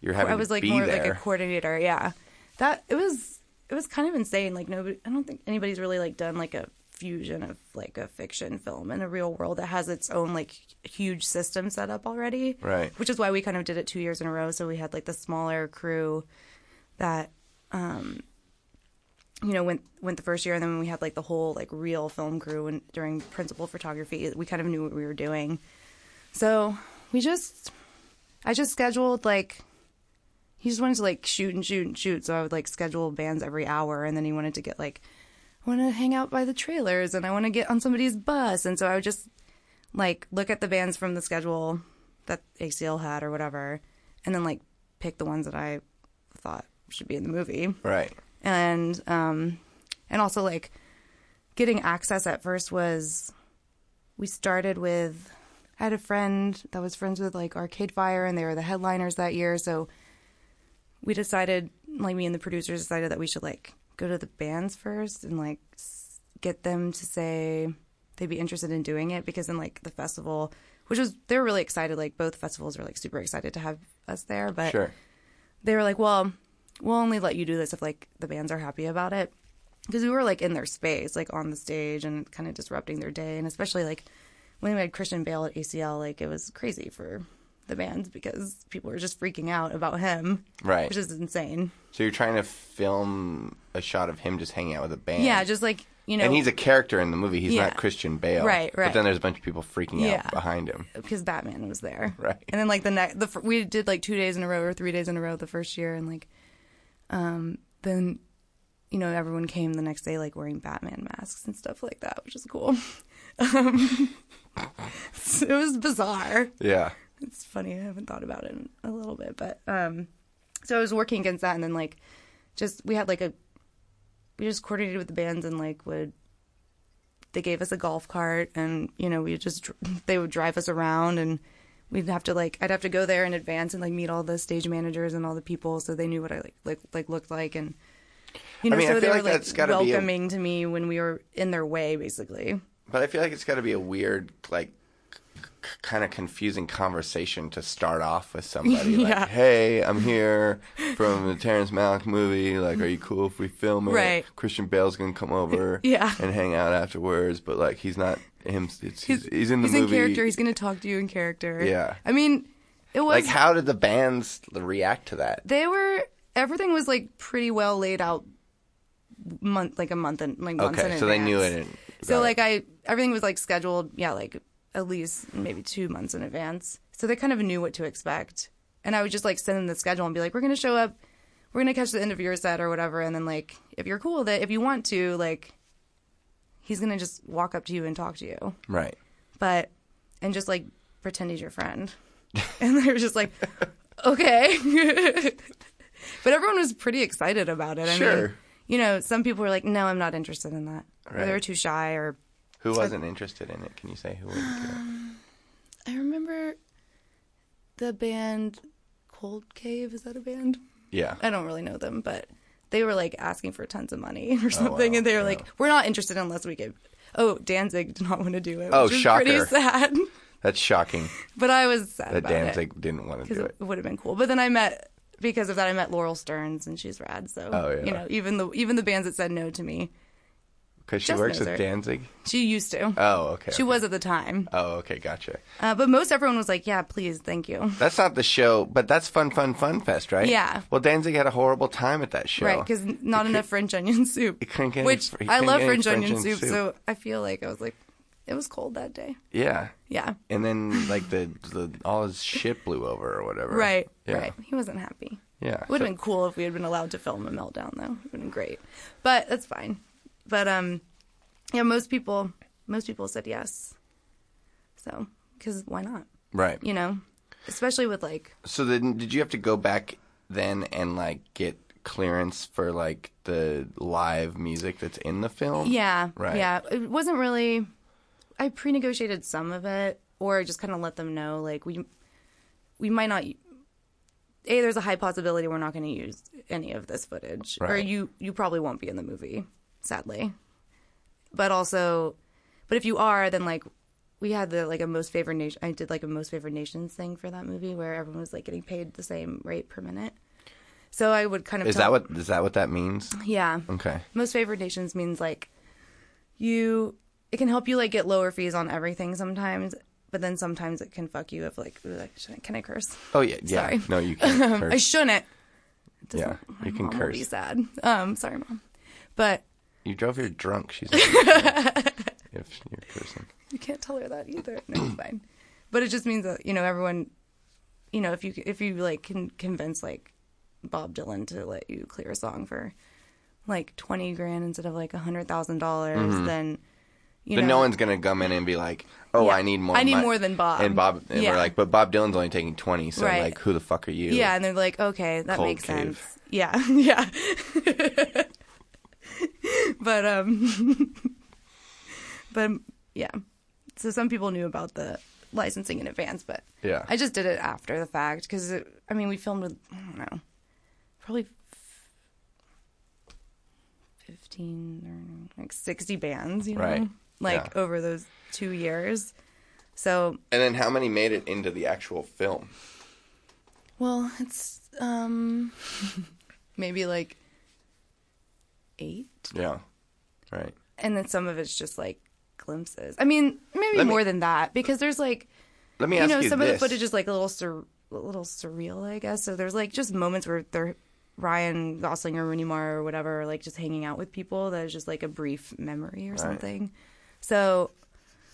S1: you're having
S2: I was
S1: to
S2: like
S1: be
S2: more of,
S1: there.
S2: like a coordinator. Yeah, that it was it was kind of insane. Like nobody, I don't think anybody's really like done like a fusion of like a fiction film and a real world that has its own like huge system set up already.
S1: Right.
S2: Which is why we kind of did it two years in a row. So we had like the smaller crew that um, you know went went the first year and then we had like the whole like real film crew and during principal photography we kind of knew what we were doing so we just i just scheduled like he just wanted to like shoot and shoot and shoot so i would like schedule bands every hour and then he wanted to get like i want to hang out by the trailers and i want to get on somebody's bus and so i would just like look at the bands from the schedule that acl had or whatever and then like pick the ones that i thought should be in the movie
S1: Right.
S2: and um and also like getting access at first was we started with I had a friend that was friends with like Arcade Fire and they were the headliners that year so we decided like me and the producers decided that we should like go to the bands first and like s- get them to say they'd be interested in doing it because in like the festival which was they were really excited like both festivals were like super excited to have us there but
S1: Sure.
S2: they were like, "Well, we'll only let you do this if like the bands are happy about it," because we were like in their space, like on the stage, and kind of disrupting their day, and especially like when we had Christian Bale at ACL, like it was crazy for the bands because people were just freaking out about him,
S1: Right.
S2: which is insane.
S1: So you're trying to film a shot of him just hanging out with a band.
S2: Yeah, just like you know,
S1: and he's a character in the movie. He's
S2: Yeah.
S1: not Christian Bale.
S2: Right,
S1: But
S2: right.
S1: then there's a bunch of people freaking
S2: Yeah.
S1: out behind him.
S2: because Batman was there.
S1: Right.
S2: And then like the next, the fir- we did like two days in a row or three days in a row the first year, and like, um, then, you know, everyone came the next day like wearing Batman masks and stuff like that, which is cool. Um, it was bizarre.
S1: Yeah.
S2: It's funny. I haven't thought about it in a little bit, but um, so I was working against that, and then like, just we had like a, we just coordinated with the bands and like would. They gave us a golf cart, and you know we would just dr- they would drive us around, and we'd have to like I'd have to go there in advance and like meet all the stage managers and all the people, so they knew what I like like like looked like, and you know
S1: mean, I
S2: so they
S1: feel
S2: were
S1: like that's
S2: like
S1: gotta be a-
S2: welcoming to me when we were in their way, basically.
S1: But I feel like it's got to be a weird, like, c- kind of confusing conversation to start off with somebody.
S2: Yeah.
S1: Like, hey, I'm here from the Terrence Malick movie. Like, are you cool if we film it?
S2: Right.
S1: Christian Bale's gonna come over.
S2: Yeah.
S1: And hang out afterwards. But like, he's not him. It's, he's, he's in the
S2: he's
S1: movie.
S2: in character. He's going to talk to you in character.
S1: Yeah.
S2: I mean, it was
S1: like, how did the bands react to that?
S2: they were everything was like pretty well laid out month like a month and like months
S1: Okay,
S2: in
S1: so they knew it.
S2: advance.
S1: In,
S2: so
S1: about
S2: like uh, i everything was like scheduled yeah like at least maybe two months in advance so they kind of knew what to expect and i would just like send them the schedule and be like we're gonna show up we're gonna catch the end of your set or whatever and then like if you're cool with it if you want to like he's gonna just walk up to you and talk to you
S1: it. right.
S2: but and just like pretend he's your friend. And they were just like, okay. but everyone was pretty excited about it. I mean,
S1: Sure.
S2: you know, some people were like, no, I'm not interested in that. Or they
S1: Right.
S2: were too shy or
S1: Who wasn't interested in it? Can you say who wasn't? Care?
S2: I remember the band Cold Cave, is that a band?
S1: Yeah.
S2: I don't really know them, but they were like asking for tons of money or something,
S1: Oh, wow.
S2: and they were
S1: Yeah.
S2: like, "We're not interested unless we give." Oh, Danzig did not want to do it.
S1: Oh,
S2: which is Pretty
S1: shocker.
S2: sad,
S1: That's shocking
S2: but I was sad
S1: that
S2: about it.
S1: Danzig didn't want to do
S2: because
S1: it.
S2: it would have been cool. But then I met because of that I met Laurel Stearns and she's rad. So
S1: Oh, yeah.
S2: you know, even the even the bands that said no to me,
S1: Because she
S2: Just
S1: works with
S2: knows her.
S1: Danzig?
S2: she used to.
S1: Oh, okay. okay.
S2: she was at the time.
S1: Oh, okay, gotcha.
S2: Uh, but most everyone was like, "Yeah, please, thank you."
S1: That's not the show, but that's Fun Fun Fun Fest, right?
S2: Yeah.
S1: Well, Danzig had a horrible time at that show.
S2: Right, because not enough French onion soup.
S1: couldn't get any
S2: Which
S1: fr- he
S2: I
S1: couldn't
S2: love
S1: get any
S2: French,
S1: French
S2: onion
S1: onion
S2: soup,
S1: soup.
S2: so I feel like I was like, it was cold that day.
S1: Yeah.
S2: Yeah,
S1: And then, like, the, the all his shit blew over or whatever.
S2: right,
S1: Yeah.
S2: right. He wasn't happy.
S1: Yeah.
S2: Would
S1: so-
S2: have been cool if we had been allowed to film a meltdown, though. Would have been great, but that's fine. But um, yeah, most people, most people said yes. So, because why not?
S1: Right.
S2: You know, especially with like,
S1: So then, did you have to go back then and, like, get clearance for, like, the live music that's in the film?
S2: yeah,
S1: Right.
S2: yeah. It wasn't really. I pre-negotiated some of it, or just kind of let them know, like we, we might not. A, there's a high possibility we're not going to use any of this footage, or
S1: Right.
S2: you you probably won't be in the movie, sadly. but also but if you are then like we had the like a most favored nation i did like a most favored nations thing for that movie where everyone was like getting paid the same rate per minute so i would kind of
S1: Is
S2: tell-
S1: that what is that what that means?
S2: yeah
S1: Okay.
S2: most favored nations means like you it can help you like get lower fees on everything sometimes, but then sometimes it can fuck you if like, ooh, I shouldn't- can I curse?
S1: Oh yeah, yeah.
S2: Sorry.
S1: No, you can't.
S2: I
S1: curse.
S2: shouldn't.
S1: yeah,
S2: My
S1: you can
S2: mom Will be
S1: curse.
S2: sad. Um, sorry, mom, but
S1: You drove her drunk. She's. Not gonna care if you're cursing.
S2: You can't tell her that either. No, it's fine. But it just means that you know everyone, you know, if you if you like can convince like Bob Dylan to let you clear a song for like twenty grand instead of like a hundred dollars, then
S1: But
S2: you know,
S1: Mm-hmm. no one's gonna come in and be like, "Oh,
S2: Yeah.
S1: I need more.
S2: I need
S1: mon-
S2: more than Bob.
S1: And Bob, and
S2: Yeah.
S1: we're like, "But Bob Dylan's only taking twenty, so
S2: Right.
S1: like, who the fuck are you?"
S2: yeah, and they're like, okay, that
S1: Cold
S2: makes
S1: cave.
S2: sense. Yeah, yeah. but um, but yeah. So some people knew about the licensing in advance, but
S1: yeah.
S2: I just did it after the fact because I mean we filmed with I don't know, probably f- fifteen or like sixty bands, you know,
S1: Right.
S2: like
S1: Yeah.
S2: over those two years. So
S1: and then how many made it into the actual film?
S2: well, it's um maybe like eight,
S1: Yeah, right.
S2: and then some of it's just like glimpses. I mean, maybe
S1: Let me-
S2: more than that because there's like.
S1: Let me
S2: you
S1: ask
S2: know,
S1: you
S2: some
S1: this.
S2: of the footage is like a little sur- a little surreal, I guess. So there's like just moments where they're Ryan Gosling or Rooney Mara or whatever, are, like just hanging out with people that is just like a brief memory or something. So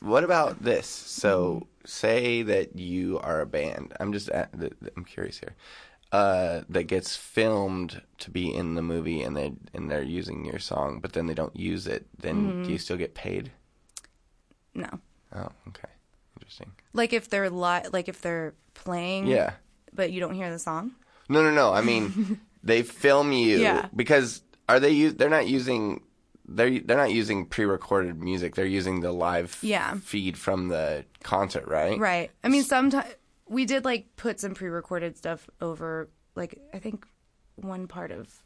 S1: What about this? So, say that you are a band. I'm just at, th- th- I'm curious here. Uh, that gets filmed to be in the movie, and they and they're using your song, but then they don't use it. Then
S2: Mm-hmm.
S1: do you still get paid?
S2: no,
S1: Oh, okay, interesting.
S2: like if they're li- like if they're playing,
S1: Yeah.
S2: but you don't hear the song.
S1: No, no, no. I mean, they film you
S2: Yeah.
S1: because are they? Use, they're not using. They're they're not using pre-recorded music. They're using the live
S2: Yeah.
S1: feed from the concert, right?
S2: Right. I mean, sometimes we did like put some pre-recorded stuff over, like I think one part of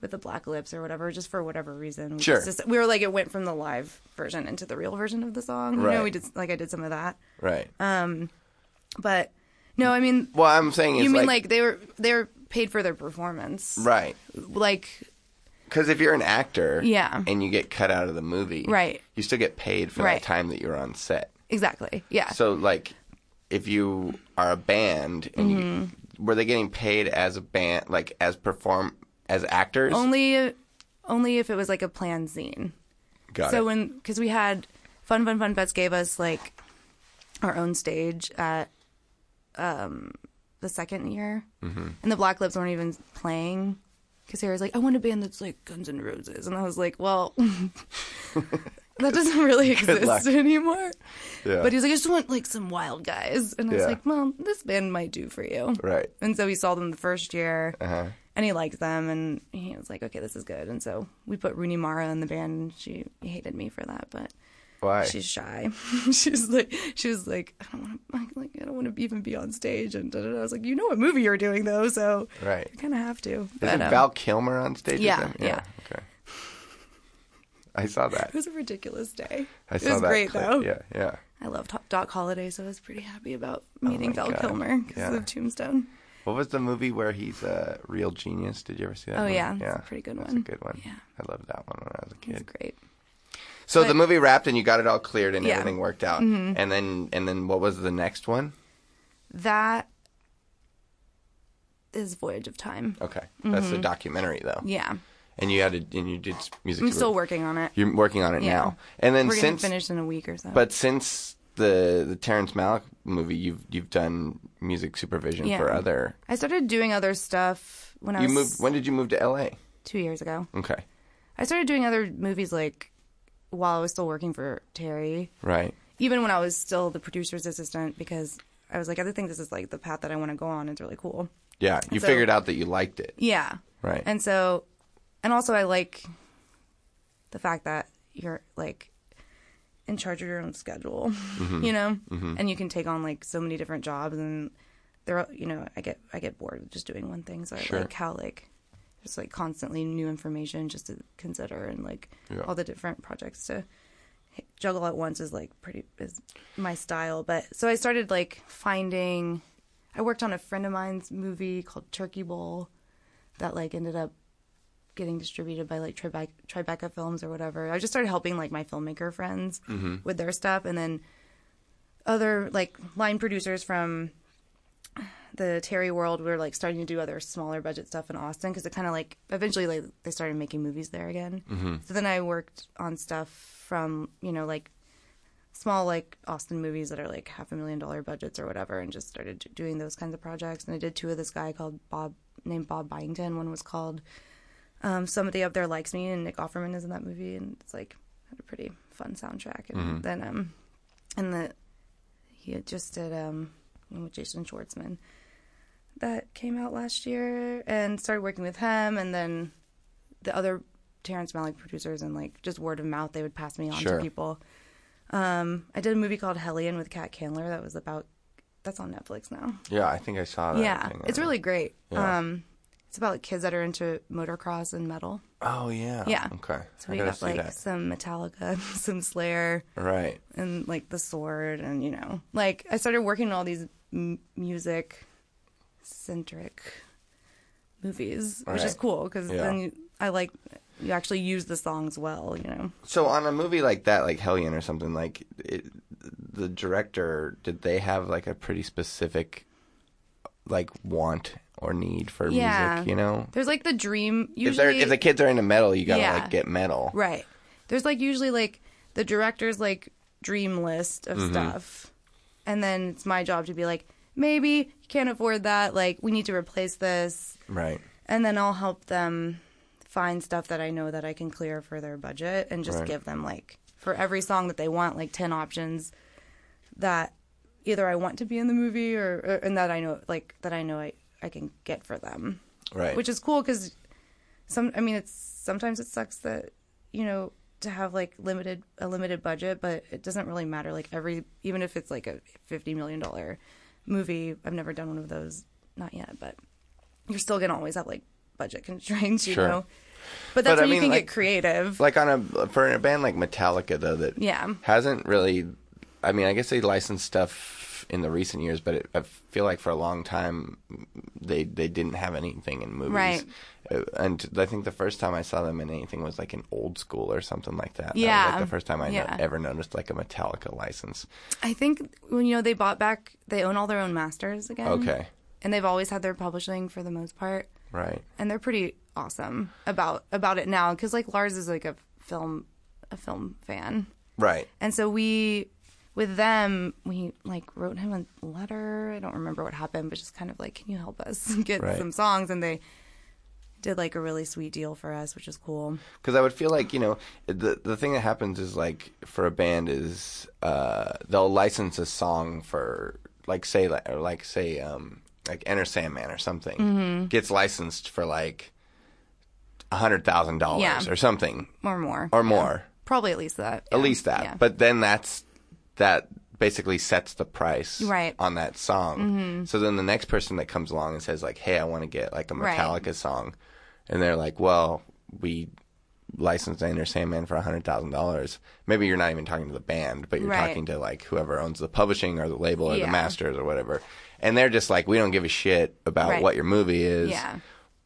S2: with the black lips or whatever, just for whatever reason. We
S1: Sure.
S2: just- we were like it went from the live version into the real version of the song. You
S1: Right.
S2: know, we did like I did some of that,
S1: Right.
S2: Uh, but no, I mean,
S1: well, I'm saying is
S2: you mean like, they were they were paid for their performance,
S1: right.
S2: like
S1: Because if you're an actor,
S2: Yeah.
S1: and you get cut out of the movie,
S2: Right.
S1: you still get paid for
S2: Right.
S1: that time that you were on set.
S2: exactly, yeah.
S1: So, like, if you are a band, and you,
S2: Mm-hmm.
S1: were they getting paid as a band, like as perform as actors?
S2: Oh, only only if it was like a planned scene.
S1: Got
S2: so
S1: it.
S2: when because we had fun fun fun fest gave us like our own stage at um the second year
S1: Mm-hmm.
S2: and the black lips weren't even playing because Sarah's like i want a band that's like guns and roses and i was like well that doesn't really
S1: luck.
S2: exist anymore
S1: Yeah.
S2: but he was like i just want like some wild guys and i was
S1: Yeah.
S2: like mom this band might do for you
S1: right.
S2: and so he saw them the first year,
S1: Uh-huh.
S2: and he liked them, and he was like, "Okay, this is good." And so we put Rooney Mara in the band, and she hated me for that, but
S1: Why?
S2: she's shy. she's like, she was like, "I don't want to, like, I don't want to even be on stage." And da-da-da. I was like, "You know what movie you're doing though, so
S1: Right.
S2: you kind of have to."
S1: Isn't
S2: um,
S1: Val Kilmer on stage? with
S2: yeah,
S1: them?
S2: yeah.
S1: Okay. I saw that.
S2: it was a ridiculous day.
S1: I saw
S2: it was
S1: that.
S2: great
S1: clip.
S2: though.
S1: Yeah, yeah.
S2: I loved Doc Holiday, so I was pretty happy about meeting
S1: Oh my
S2: Val
S1: God.
S2: Kilmer because
S1: Yeah.
S2: of Tombstone.
S1: What was the movie where he's a real genius? Did you ever see that?
S2: Oh,
S1: one?
S2: yeah. It's a pretty good
S1: That's
S2: one.
S1: a good one.
S2: Yeah.
S1: I loved that one when I was a
S2: It was
S1: kid.
S2: great.
S1: So
S2: But-
S1: the movie wrapped and you got it all cleared and
S2: Yeah. Mm-hmm.
S1: everything worked out. And then and then what was the next one?
S2: That is Voyage of Time.
S1: Okay. That's the documentary though.
S2: Mm-hmm. Yeah.
S1: And you had to, and you did music.
S2: I'm
S1: to-
S2: still working on it.
S1: You're working on it
S2: Yeah.
S1: now. And then
S2: We're gonna
S1: since
S2: finish in a week or so.
S1: But since the the Terrence Malick movie, you've you've done music supervision
S2: Yeah.
S1: for other.
S2: I started doing other stuff when I
S1: You
S2: was
S1: moved. When did you move to L.A.?
S2: two years ago.
S1: Okay,
S2: I started doing other movies like while I was still working for Terry,
S1: right.
S2: even when I was still the producer's assistant, because I was like, I think this is like the path that I want to go on. It's really cool.
S1: Yeah, you
S2: So-
S1: figured out that you liked it,
S2: Yeah.
S1: right?
S2: And so, and also I like the fact that you're like in charge of your own schedule,
S1: Mm-hmm.
S2: you know, and you can take on like so many different jobs and there, are you know, I get, I get bored with just doing one thing. So I
S1: Sure.
S2: like how like, there's like constantly new information just to consider and like
S1: Yeah.
S2: all the different projects to h- juggle at once is like pretty is my style but so i started like finding i worked on a friend of mine's movie called turkey bowl that like ended up getting distributed by like Tribe- Tribeca Films or whatever. I just started helping like my filmmaker friends with their stuff, and then other like line producers from the Terry world were like starting to do other smaller budget stuff in Austin because it kind of like eventually like they started making movies there again. So then I worked on stuff from you know like small like Austin movies that are like half a million dollar budgets or whatever, and just started d- doing those kinds of projects. And I did two of this guy called Bob named Bob Byington. One was called um, Somebody Up There Likes Me, and Nick Offerman is in that movie, and it's like had a pretty fun soundtrack. And
S1: Mm-hmm.
S2: then um, and the he had just did um one with Jason Schwartzman that came out last year, and started working with him, and then the other Terrence Malick producers and like just word of mouth, they would pass me on
S1: Sure.
S2: to people. Um, I did a movie called Hellion with Kat Candler that was about that's on Netflix now.
S1: Yeah, I think I saw that.
S2: yeah,
S1: thing.
S2: it's really great.
S1: Yeah.
S2: Um, it's about kids that are into motocross and metal.
S1: Oh yeah.
S2: Yeah.
S1: Okay.
S2: So
S1: I
S2: we
S1: gotta
S2: got
S1: see
S2: like
S1: that.
S2: some Metallica, some Slayer,
S1: Right.
S2: and like the Sword, and you know, like I started working on all these m- music centric movies, which is
S1: Right.
S2: cool because
S1: Yeah.
S2: then you, I like you actually use the songs well. You know,
S1: So on a movie like that, like Hellion or something, like it, the director, did they have like a pretty specific, like want or need for
S2: Yeah.
S1: music? You know,
S2: there's like the dream.
S1: if they're
S2: Usually,
S1: if the kids are into metal, you gotta
S2: Yeah.
S1: like get metal.
S2: Right. There's like usually like the director's like dream list of
S1: Mm-hmm.
S2: stuff. And then it's my job to be like, maybe you can't afford that. Like, we need to replace this.
S1: Right.
S2: And then I'll help them find stuff that I know that I can clear for their budget and just
S1: Right.
S2: give them like for every song that they want, like 10 options that either I want to be in the movie or, or and that I know like that I know I, I can get for them
S1: Right.
S2: which is cool because some i mean it's sometimes it sucks that you know to have like limited a limited budget but it doesn't really matter like every even if it's like a 50 million dollar movie i've never done one of those not yet but you're still gonna always have like budget constraints you
S1: Sure.
S2: know but that's
S1: But, I
S2: where you
S1: mean,
S2: can
S1: like-
S2: get creative
S1: like on a for a band like Metallica though that
S2: Yeah.
S1: hasn't really. I mean, I guess they licensed stuff in the recent years, but it, I feel like for a long time they they didn't have anything in movies.
S2: Right.
S1: Uh, And I think the first time I saw them in anything was like in old school or something like that. That was,
S2: Yeah.
S1: like the first time I no-
S2: Yeah.
S1: ever noticed like a Metallica license.
S2: i think when you know they bought back they own all their own masters again
S1: Okay.
S2: and they've always had their publishing for the most part
S1: Right.
S2: and they're pretty awesome about about it now because like Lars is like a film a film fan,
S1: Right.
S2: and so we with them we like wrote him a letter. I don't remember what happened, but just kind of like, can you help us get
S1: Right.
S2: some songs? And they did like a really sweet deal for us, which is cool.
S1: because I would feel like you know the the thing that happens is like for a band is uh, they'll license a song for like say like, or like say um, like Enter Sandman or something gets licensed for like a hundred thousand dollars
S2: Yeah.
S1: or something
S2: Or more,
S1: or more
S2: probably at least that.
S1: at least that
S2: Yeah.
S1: but then that's that basically sets the price
S2: Right. Mm-hmm.
S1: on that song so then the next person that comes along and says like hey i want to get like a
S2: Right.
S1: metallica song and they're like well we licensed Enter Sandman for $100,000. Maybe you're not even talking to the band, but you're
S2: Right.
S1: talking to like whoever owns the publishing or the label or the
S2: Yeah.
S1: masters or whatever. And they're just like, we don't give a shit about
S2: Right.
S1: what your movie is.
S2: Yeah.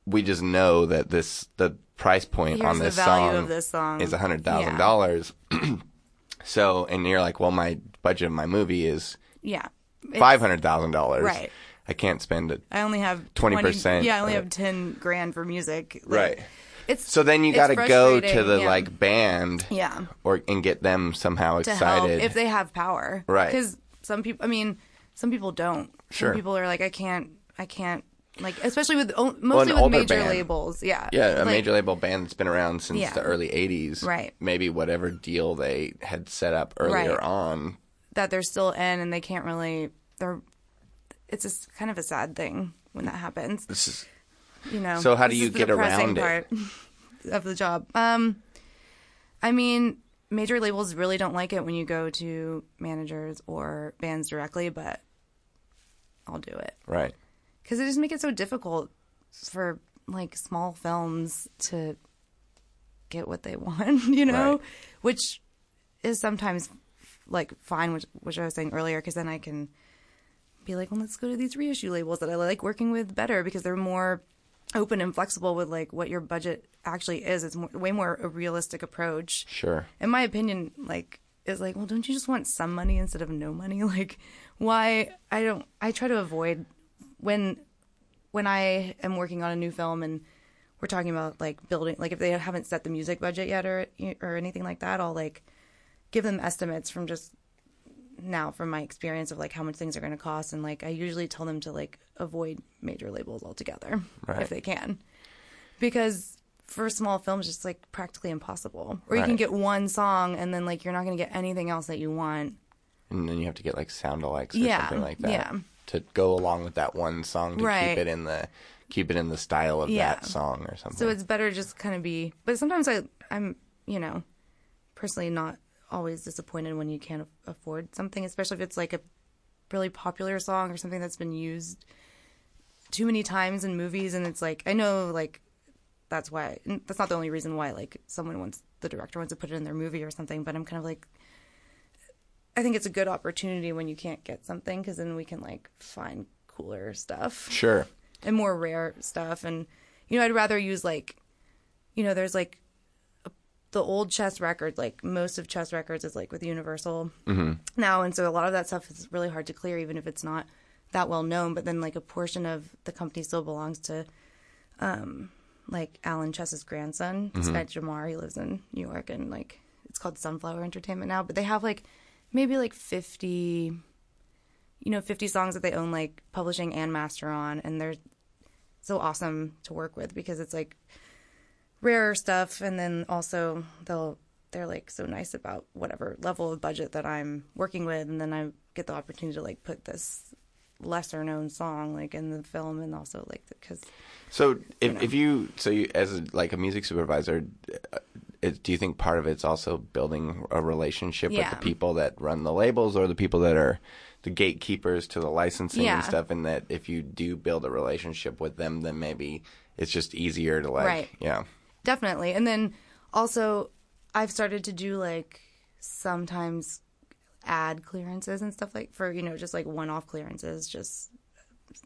S1: We just know that this, the price point
S2: Here's
S1: on this
S2: the value
S1: song
S2: of this song.
S1: is hundred thousand dollars. so, and you're like, well, my budget of my movie is
S2: yeah. It's-
S1: five hundred thousand dollars.
S2: Right.
S1: I can't spend it.
S2: I only have
S1: 20%,
S2: Yeah, I only
S1: uh,
S2: have ten grand for music. Like,
S1: Right.
S2: It's
S1: So then you
S2: it's
S1: got to go to
S2: frustrating,
S1: the
S2: yeah.
S1: like band,
S2: Yeah.
S1: or and get them somehow
S2: to
S1: excited.
S2: help if they have power.
S1: Right.
S2: Because some people, I mean, some people don't.
S1: Sure.
S2: Some people are like, I can't, I can't, like, especially with o- mostly with
S1: older
S2: major
S1: band.
S2: labels. Yeah.
S1: yeah, a
S2: Like,
S1: major label band that's been around since
S2: Yeah.
S1: the early '80s.
S2: Right.
S1: Maybe whatever deal they had set up earlier
S2: Right.
S1: on.
S2: That they're still in and they can't really, they're, it's just kind of a sad thing when that happens.
S1: This is
S2: You know.
S1: So how do
S2: This
S1: you
S2: is the
S1: get around
S2: depressing
S1: it?
S2: part Of the job. Um, I mean, major labels really don't like it when you go to managers or bands directly, but I'll do it.
S1: right.
S2: because they just make it so difficult for like small films to get what they want, you know,
S1: Right.
S2: which is sometimes like fine, which which I was saying earlier, because then I can be like, well, let's go to these reissue labels that I like working with better because they're more open and flexible with like what your budget actually is. It's more, way more a realistic approach.
S1: Sure.
S2: In my opinion, like is like, well, don't you just want some money instead of no money? Like, why? I don't. I try to avoid when when I am working on a new film and we're talking about like building, like if they haven't set the music budget yet or or anything like that, I'll like give them estimates from just now from my experience of like how much things are going to cost and like I usually tell them to like avoid major labels altogether
S1: Right.
S2: if they can. Because for small films it's like practically impossible. Or you can
S1: Right.
S2: get one song and then like you're not going to get anything else that you want.
S1: And then you have to get like sound alikes or
S2: Yeah,
S1: something like that
S2: yeah.
S1: to go along with that one song to
S2: Right.
S1: keep it in the keep it in the style of
S2: Yeah.
S1: that song or something.
S2: So it's better just kind of be but sometimes I I'm, you know, personally not always disappointed when you can't a- afford something, especially if it's like a really popular song or something that's been used too many times in movies and it's like I know like that's why n- that's not the only reason why like someone wants the director wants to put it in their movie or something but I'm kind of like I think it's a good opportunity when you can't get something cuz then we can like find cooler stuff
S1: sure.
S2: and more rare stuff. And you know, I'd rather use like, you know, there's like the old chess record. Like most of chess records is like with Universal now, and so a lot of that stuff is really hard to clear, even if it's not that well known. But then like a portion of the company still belongs to, um, like Alan Chess's grandson, this guy Jamar. He lives in New York, and like it's called Sunflower Entertainment now. But they have like maybe like fifty. You know, fifty songs that they own, like publishing and master on, and they're so awesome to work with because it's like rarer stuff and then also they'll they're like so nice about whatever level of budget that I'm working with and then I get the opportunity to like put this lesser known song like in the film and also like cuz
S1: So if if you so you as a, like a music supervisor, uh, it, do you think part of it's also building a relationship
S2: Yeah.
S1: with the people that run the labels or the people that are the gatekeepers to the licensing
S2: Yeah.
S1: and stuff? And that if you do build a relationship with them, then maybe it's just easier to like
S2: Right.
S1: yeah
S2: definitely and then also I've started to do like sometimes ad clearances and stuff like for you know just like one off clearances just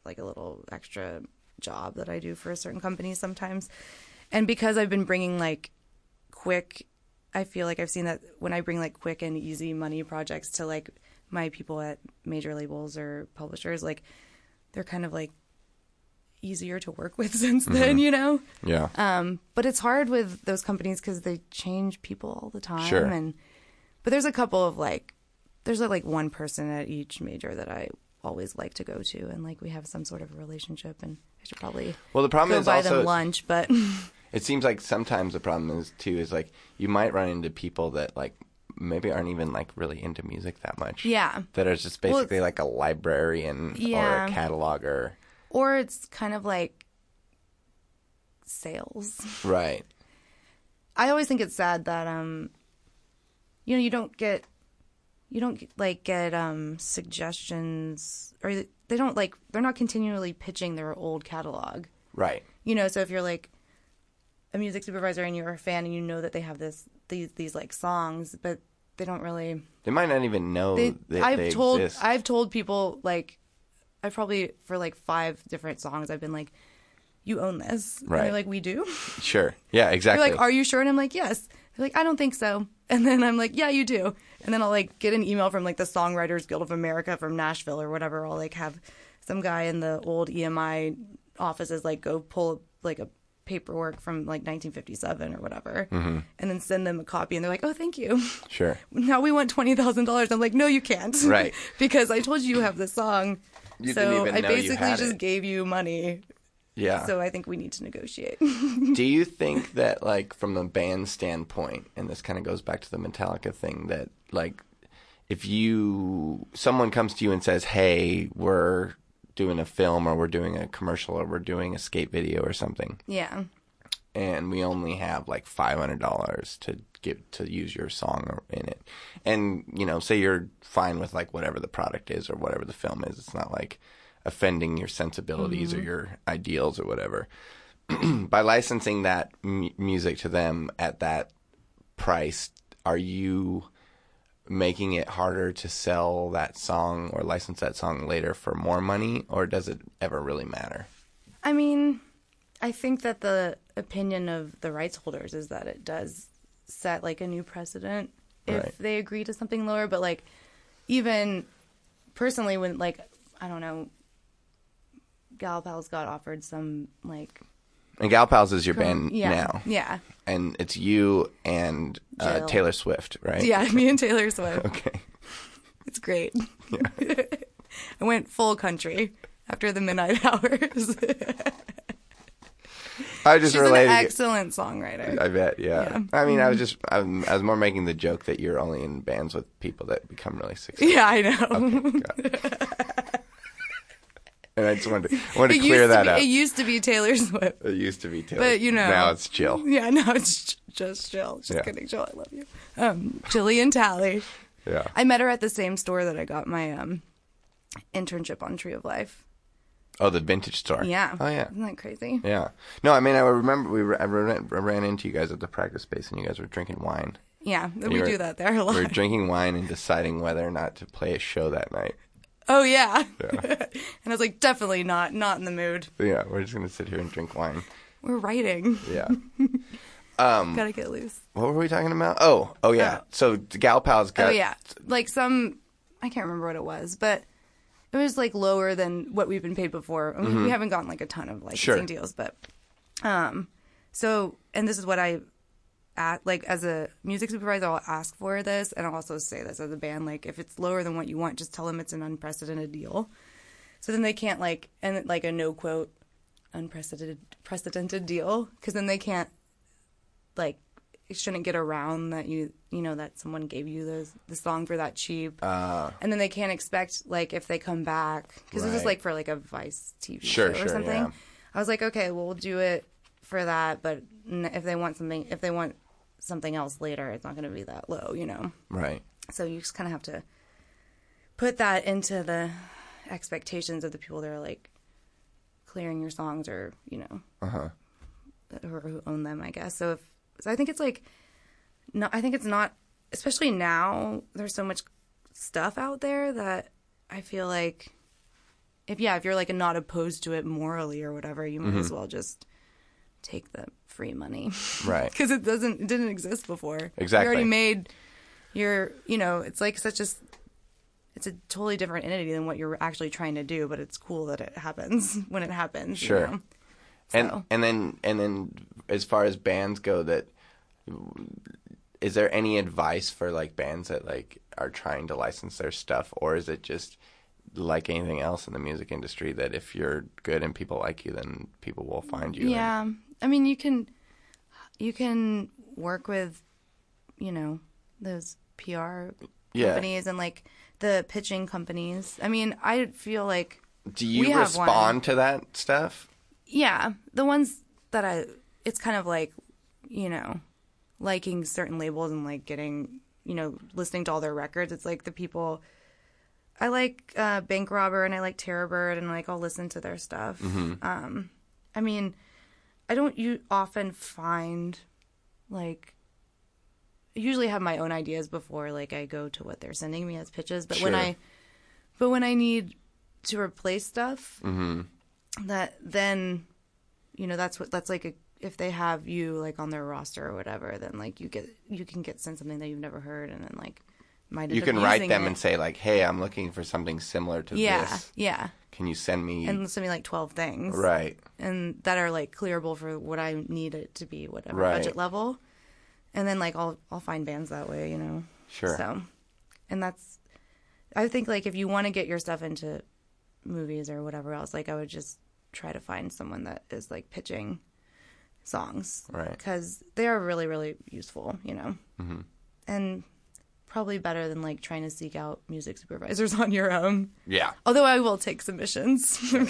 S2: like a little extra job that I do for a certain company sometimes. And because I've been bringing like quick, I feel like I've seen that when I bring like quick and easy money projects to like my people at major labels or publishers, like they're kind of like easier to work with since then, you know?
S1: yeah
S2: Um, but it's hard with those companies because they change people all the time.
S1: Sure.
S2: And but there's a couple of like there's like one person at each major that I always like to go to, and like we have some sort of a relationship, and I should probably
S1: Well, the problem
S2: go
S1: is
S2: buy
S1: also-
S2: them lunch. But
S1: It seems like sometimes the problem is too is like you might run into people that like maybe aren't even like really into music that much.
S2: Yeah.
S1: That are just
S2: Well,
S1: basically like a librarian or
S2: Yeah.
S1: a cataloger.
S2: or it's kind of like sales.
S1: Right.
S2: I always think it's sad that um you know you don't get you don't like get um suggestions or they don't like they're not continually pitching their old catalog.
S1: Right.
S2: You know, so if you're like a music supervisor and you're a fan and you know that they have this these these like songs but they don't really
S1: They might not even know
S2: they,
S1: that
S2: I've
S1: they
S2: told
S1: exist.
S2: I've told people like I've probably for like five different songs I've been like you own this. And
S1: Right.
S2: they're like we do.
S1: Sure. Yeah,
S2: They're
S1: exactly.
S2: like, "Are you sure?" And I'm like, "Yes." They're like, "I don't think so." And then I'm like, "Yeah, you do." And then I'll like get an email from like the Songwriters Guild of America from Nashville or whatever. I'll like have some guy in the old EMI offices like go pull like a paperwork from like 1957 or whatever,
S1: Mm-hmm.
S2: and then send them a copy. And they're like, "Oh, thank you."
S1: sure.
S2: Now we want twenty thousand dollars. I'm like, "No, you can't."
S1: Right.
S2: because I told you you have this song.
S1: You
S2: so
S1: didn't even
S2: I
S1: know you
S2: basically
S1: had
S2: just
S1: it. Ah.
S2: gave you money.
S1: Yeah.
S2: So I think we need to negotiate.
S1: Do you think that like from the band standpoint, and this kind of goes back to the Metallica thing, that like if you someone comes to you and says, "Hey, we're doing a film, or we're doing a commercial, or we're doing a skate video, or something,"
S2: yeah.
S1: and we only have like five hundred dollars to give to use your song or- in it, and you know, say you're fine with like whatever the product is or whatever the film is, it's not like offending your sensibilities or your ideals or whatever. By licensing that m- music to them at that price, are you making it harder to sell that song or license that song later for more money, or does it ever really matter?
S2: I mean, I think that the opinion of the rights holders is that it does set like a new precedent if
S1: Right.
S2: they agree to something lower. But like, even personally, when like I don't know, Gal Pals got offered some like
S1: And Gal Pals is your band
S2: yeah,
S1: now,
S2: yeah,
S1: and it's you and uh,
S2: Jill.
S1: Taylor Swift, right?
S2: yeah. Me and Taylor Swift,
S1: Okay.
S2: it's great. I went full country after the midnight hours.
S1: I just
S2: She's
S1: related.
S2: an
S1: it-
S2: excellent songwriter.
S1: I bet, yeah.
S2: Yeah. Mm-hmm.
S1: I mean, I was just, i I was more making the joke that you're only in bands with people that become really successful.
S2: Yeah, I know.
S1: Got it. and I just wanted to, wanted to
S2: It used
S1: clear
S2: to
S1: that
S2: be-
S1: up.
S2: It used to be Taylor Swift.
S1: It used to be Taylor.
S2: But, you know.
S1: now it's Jill.
S2: Yeah, no, it's j- just Jill. Just
S1: Yeah.
S2: kidding, Jill. I love you. Um, Jillian Tally.
S1: Yeah.
S2: I met her at the same store that I got my um, internship on Tree of Life.
S1: Oh, the vintage store.
S2: Yeah.
S1: Oh yeah.
S2: Isn't that crazy?
S1: Yeah. No, I mean, I remember we ra- I ran, I ran into you guys at the practice space, and you guys were drinking wine.
S2: Yeah, we
S1: were-
S2: do that there a lot.
S1: We were drinking wine and deciding whether or not to play a show that night.
S2: Oh yeah. and I was like, definitely not, not in the mood.
S1: So, yeah, we're just gonna sit here and drink wine.
S2: We're writing.
S1: Yeah. Um,
S2: Gotta get loose.
S1: what were we talking about? Oh, oh yeah.
S2: Oh.
S1: So Gal Pal's got.
S2: Oh yeah, like some I can't remember what it was, but it was like lower than what we've been paid before. I mean, We haven't gotten like a ton of licensing
S1: Sure.
S2: deals, but um, so and this is what I at like as a music supervisor, I'll ask for this, and I'll also say this as a band, like if it's lower than what you want, just tell them it's an unprecedented deal. So then they can't like and like a no quote unprecedented precedented deal because then they can't like it shouldn't get around that you you know that someone gave you those the song for that cheap and then they can't expect like if they come back because this is
S1: Ah. Right.
S2: like for like a vice tv
S1: Sure,
S2: show
S1: sure,
S2: or something
S1: yeah.
S2: i was like okay well, we'll do it for that but n- if they want something if they want something else later it's not going to be that low you know
S1: Right.
S2: so you just kind of have to put that into the expectations of the people that are like clearing your songs or you know that- or who own them i guess so if so i think it's like no i think it's not especially now there's so much stuff out there that i feel like if yeah if you're like not opposed to it morally or whatever you might as well just take the free money
S1: Right.
S2: because it doesn't it didn't exist before.
S1: Exactly.
S2: You already made your you know it's like such a s- it's a totally different entity than what you're actually trying to do, but it's cool that it happens when it happens. you
S1: Sure.
S2: know?
S1: and
S2: So.
S1: and then and then as far as bands go that is there any advice for like bands that like are trying to license their stuff or is it just like anything else in the music industry that if you're good and people like you then people will find you and-
S2: Yeah, I mean you can you can work with you know those PR
S1: Yeah.
S2: companies and like the pitching companies. I mean, I feel like
S1: do
S2: We
S1: you
S2: have one.
S1: respond to that stuff
S2: Yeah, the ones that I it's kind of like, you know, liking certain labels and like getting, you know, listening to all their records. It's like the people I like uh Bank Robber and I like Terror Bird and like I'll listen to their stuff. Um I mean, I don't you often find like I usually have my own ideas before like I go to what they're sending me as pitches, but when
S1: Sure.
S2: I but when I need to replace stuff, that then you know that's what that's like a, if they have you like on their roster or whatever then like you get you can get sent something that you've never heard and then like might end
S1: you
S2: up
S1: can write
S2: using
S1: them
S2: it.
S1: and say like hey i'm looking for something similar to
S2: yeah
S1: this
S2: yeah
S1: can you send me
S2: and send me like 12 things
S1: right
S2: and that are like clearable for what i need it to be whatever
S1: Right.
S2: budget level and then like i'll i'll find bands that way you know
S1: Sure.
S2: so and that's i think like if you want to get your stuff into movies or whatever else like i would just try to find someone that is like pitching songs
S1: Right. Mm-hmm.
S2: because they are really really useful you know and probably better than like trying to seek out music supervisors on your own
S1: yeah
S2: although i will take submissions
S1: so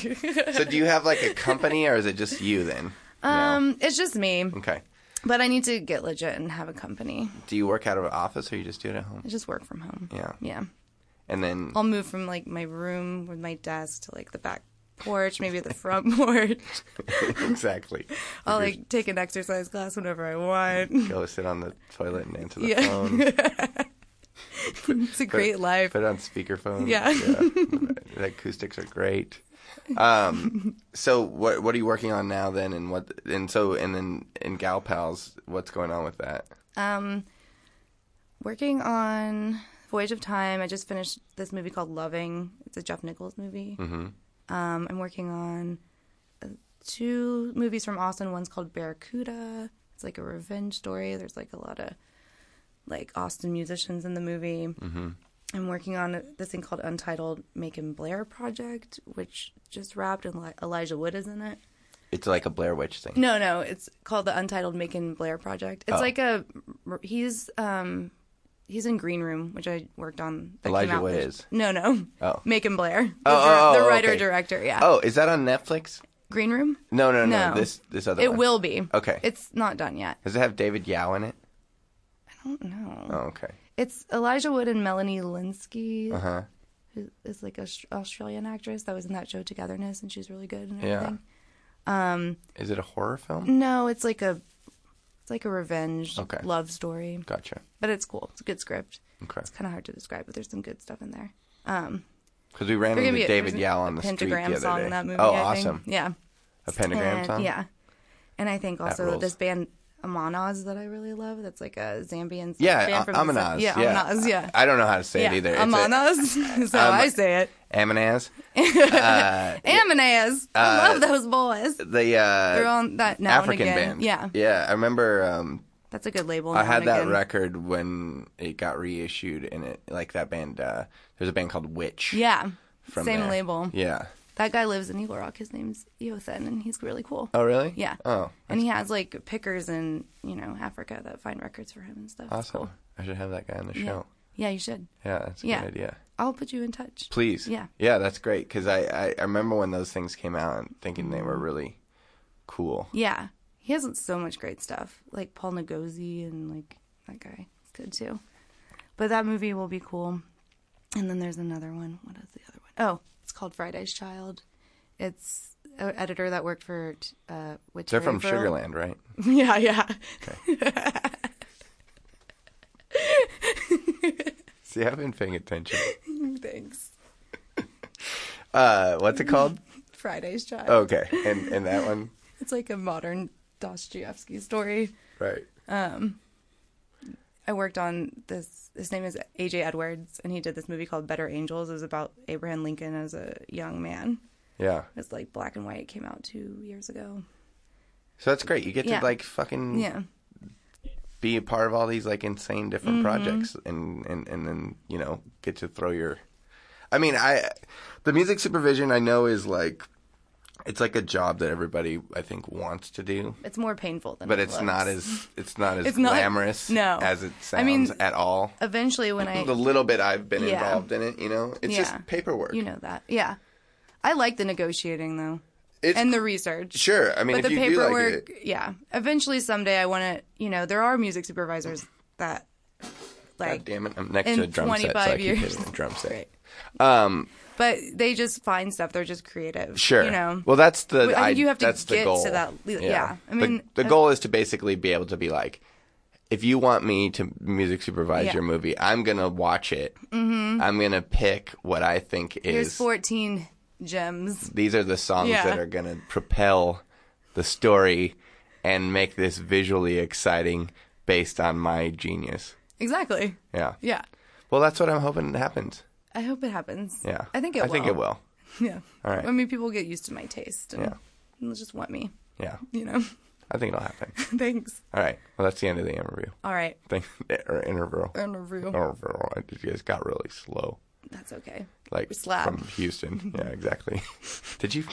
S1: do you have like a company or is it just you then No.
S2: um it's just me
S1: okay
S2: But I need to get legit and have a company.
S1: do you work out of an office or you just do it at home
S2: I just work from home.
S1: Yeah.
S2: Yeah.
S1: And then
S2: I'll move from like my room with my desk to like the back porch, maybe the front porch.
S1: exactly,
S2: I'll like take an exercise class whenever I want.
S1: go sit on the toilet and answer the
S2: Yeah.
S1: phone. Put
S2: It's a
S1: it-
S2: great life.
S1: Put it on speakerphone.
S2: Yeah.
S1: the acoustics are great. Um, so what what are you working on now then, and what and so and then in Gal Pals, what's going on with that?
S2: Um, working on Voyage of Time. I just finished this movie called Loving. It's a Jeff Nichols movie. Um, I'm working on uh, two movies from Austin. One's called Barracuda. It's like a revenge story. There's like a lot of like Austin musicians in the movie. I'm working on this thing called Untitled Macon Blair Project, which just wrapped and Eli- Elijah Wood is in it.
S1: It's like a Blair Witch thing.
S2: No, no, it's called the Untitled Macon Blair Project.
S1: Oh.
S2: It's like a he's um he's in Green Room, which I worked on. that came
S1: Elijah
S2: out
S1: Wood
S2: this-
S1: is.
S2: No, no.
S1: Oh.
S2: Macon Blair. The,
S1: Oh,
S2: dir-
S1: oh, oh,
S2: the writer
S1: okay.
S2: director, yeah.
S1: Oh, is that on Netflix?
S2: Green Room?
S1: No, no, no.
S2: No.
S1: This this other.
S2: It
S1: one.
S2: will be.
S1: Okay.
S2: It's not done yet.
S1: Does it have David Yao in it?
S2: I don't know.
S1: Oh, okay.
S2: It's Elijah Wood and Melanie Linsky,
S1: Uh huh.
S2: who is like an Australian actress that was in that show Togetherness, and she's really good and
S1: Yeah.
S2: everything.
S1: Is it a horror film?
S2: No, it's like a it's like a revenge
S1: Okay.
S2: love story,
S1: Gotcha.
S2: but it's cool. It's a good script.
S1: Okay.
S2: It's kind of hard to describe, but there's some good stuff in there.
S1: Because we ran
S2: There can
S1: into
S2: be a-
S1: David
S2: there's a-
S1: Yao on
S2: a
S1: the street
S2: pentagram
S1: the other
S2: song
S1: day.
S2: in that movie.
S1: oh,
S2: I think.
S1: awesome!
S2: Yeah.
S1: A pentagram
S2: And-
S1: song.
S2: Yeah. And I think also
S1: rules.
S2: this band Amanaz that I really love. That's like a Zambian
S1: Yeah,
S2: band
S1: a-
S2: from the
S1: Amanaz.
S2: se- yeah, Amanaz. Yeah.
S1: I, I don't know how to say
S2: yeah.
S1: it either. It's a- Um,
S2: Amanaz. so I say it.
S1: Amanaz.
S2: Amanaz. I love those boys.
S1: Uh, The uh,
S2: They're on that now
S1: African
S2: and again.
S1: band.
S2: Yeah.
S1: Yeah, I remember um,
S2: That's a good label.
S1: I
S2: Now
S1: had
S2: and
S1: that
S2: Again.
S1: record when it got reissued, and it like that band. Uh, there's a band called Witch.
S2: Yeah.
S1: From
S2: Same
S1: there.
S2: label.
S1: Yeah.
S2: That guy lives in Eagle Rock. His name's Eothen, and he's really cool.
S1: Oh, really?
S2: Yeah.
S1: Oh,
S2: and he has like pickers in you know Africa that find records for him and stuff. It's
S1: awesome.
S2: cool.
S1: I should have that guy on the
S2: Yeah.
S1: show.
S2: yeah, you should.
S1: Yeah, that's a
S2: Yeah.
S1: good idea.
S2: I'll put you in touch.
S1: Please.
S2: Yeah.
S1: Yeah, that's great because I, I, I remember when those things came out and thinking they
S2: Mm-hmm.
S1: were really cool.
S2: Yeah. He has so much great stuff. Like Paul Ngozi and like that guy. It's good too. But that movie will be cool. And then there's another one. What is the other one? Oh, it's called Friday's Child. It's an editor that worked for uh which
S1: They're from Sugarland, right?
S2: Yeah, yeah.
S1: See, I've been paying attention.
S2: Thanks.
S1: Uh, what's it called?
S2: Friday's Child.
S1: Okay, and and that one,
S2: It's like a modern Dostoevsky story.
S1: right?
S2: I worked on this. His name is AJ Edwards, and he did this movie called Better Angels. It was about Abraham Lincoln as a young man.
S1: Yeah.
S2: It's like black and white. It came out two years ago.
S1: So that's great. You get
S2: Yeah.
S1: to like fucking
S2: Yeah,
S1: be a part of all these like insane different
S2: Mm-hmm.
S1: projects, and and and then you know get to throw your. I mean, I the music supervision I know is like it's like a job that everybody I think wants to do.
S2: it's more painful than.
S1: but
S2: it
S1: it's not
S2: looks.
S1: as it's not as
S2: It's not-
S1: glamorous
S2: no.
S1: as it sounds
S2: I mean,
S1: at all.
S2: Eventually, when I
S1: The little bit I've been
S2: Yeah.
S1: involved in it, you know, it's
S2: Yeah.
S1: just paperwork.
S2: you know that, yeah, I like the negotiating though,
S1: it's,
S2: and the research.
S1: sure. I mean,
S2: but
S1: if
S2: the
S1: you do
S2: paperwork,
S1: like it,
S2: yeah. Eventually, someday, I want to. You know, there are music supervisors that
S1: God
S2: like
S1: damn it, I'm next
S2: in
S1: to a drum set, so I
S2: 25
S1: keep
S2: years.
S1: hitting the drum set.
S2: Right.
S1: Um,
S2: but they just find stuff. They're just creative.
S1: sure.
S2: You know.
S1: well, that's the.
S2: think
S1: I-
S2: you have to
S1: that's the
S2: get to
S1: goal.
S2: that- yeah. I
S1: The-
S2: mean, uh,
S1: the,
S2: as-
S1: goal is to basically be able to be like, if you want me to music supervise
S2: Yeah.
S1: your movie, I'm gonna watch it. Mm-hmm. I'm gonna pick what I think
S2: Here's
S1: is
S2: 14 gems.
S1: these are the songs
S2: Yeah.
S1: that are going to propel the story and make this visually exciting based on my genius.
S2: Exactly.
S1: Yeah.
S2: Yeah.
S1: Well, that's what I'm hoping happens.
S2: I hope it happens.
S1: Yeah.
S2: I think it
S1: I
S2: will.
S1: think it will.
S2: Yeah.
S1: All right.
S2: I mean, people get used to my taste. And
S1: Yeah.
S2: They'll just want me,
S1: Yeah.
S2: you know?
S1: I think it'll happen.
S2: Thanks.
S1: All right. Well, that's the end of the interview.
S2: All right.
S1: Thank or interview.
S2: Interview.
S1: Interview. I just got really slow.
S2: That's okay.
S1: Like
S2: Slap.
S1: from Houston. Yeah, exactly. Did you?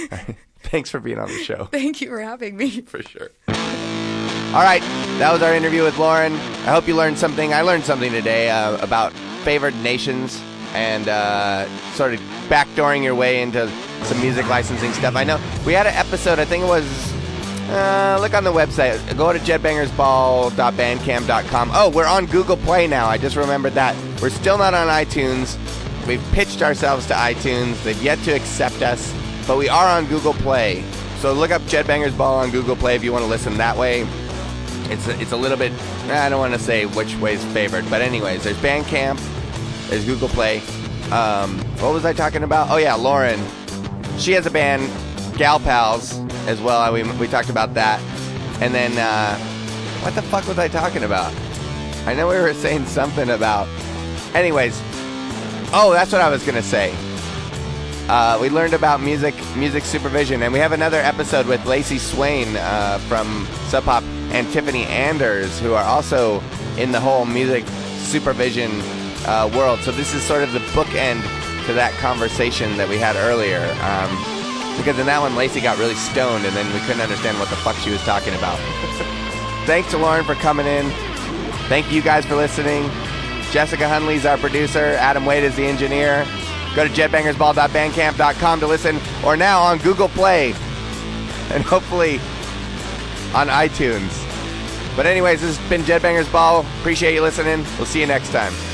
S1: All right. Thanks for being on the show.
S2: Thank you for having me.
S1: for sure. All right, that was our interview with Lauren. I hope you learned something. I learned something today uh, about favored nations and uh, sort of backdooring your way into some music licensing stuff. I know we had an episode. I think it was. Uh, look on the website. Go to jetbangersball.bandcamp.com. Oh, we're on Google Play now. I just remembered that. We're still not on iTunes. We've pitched ourselves to iTunes. They've yet to accept us, but we are on Google Play. So look up Jet Bangers Ball on Google Play if you want to listen that way. It's a, it's a little bit. eh, I don't want to say which way's favored, but anyways, there's Bandcamp, there's Google Play. Um, what was I talking about? Oh yeah, Lauren. she has a band, Gal Pals, as well. We, we talked about that. And then, uh, what the fuck was I talking about? I know we were saying something about. Anyways, oh, that's what I was gonna say. Uh, we learned about music music supervision, and we have another episode with Lacey Swain uh, from Sub Pop and Tiffany Anders, who are also in the whole music supervision uh, world. So this is sort of the bookend to that conversation that we had earlier. Um, because in that one, Lacey got really stoned, and then we couldn't understand what the fuck she was talking about. Thanks to Lauren for coming in. Thank you guys for listening. Jessica Hunley's our producer. Adam Wade is the engineer. Go to jetbangersball.bandcamp.com to listen, or now on Google Play, and hopefully on iTunes. But anyways, this has been Jed Bangers Ball. Appreciate you listening. We'll see you next time.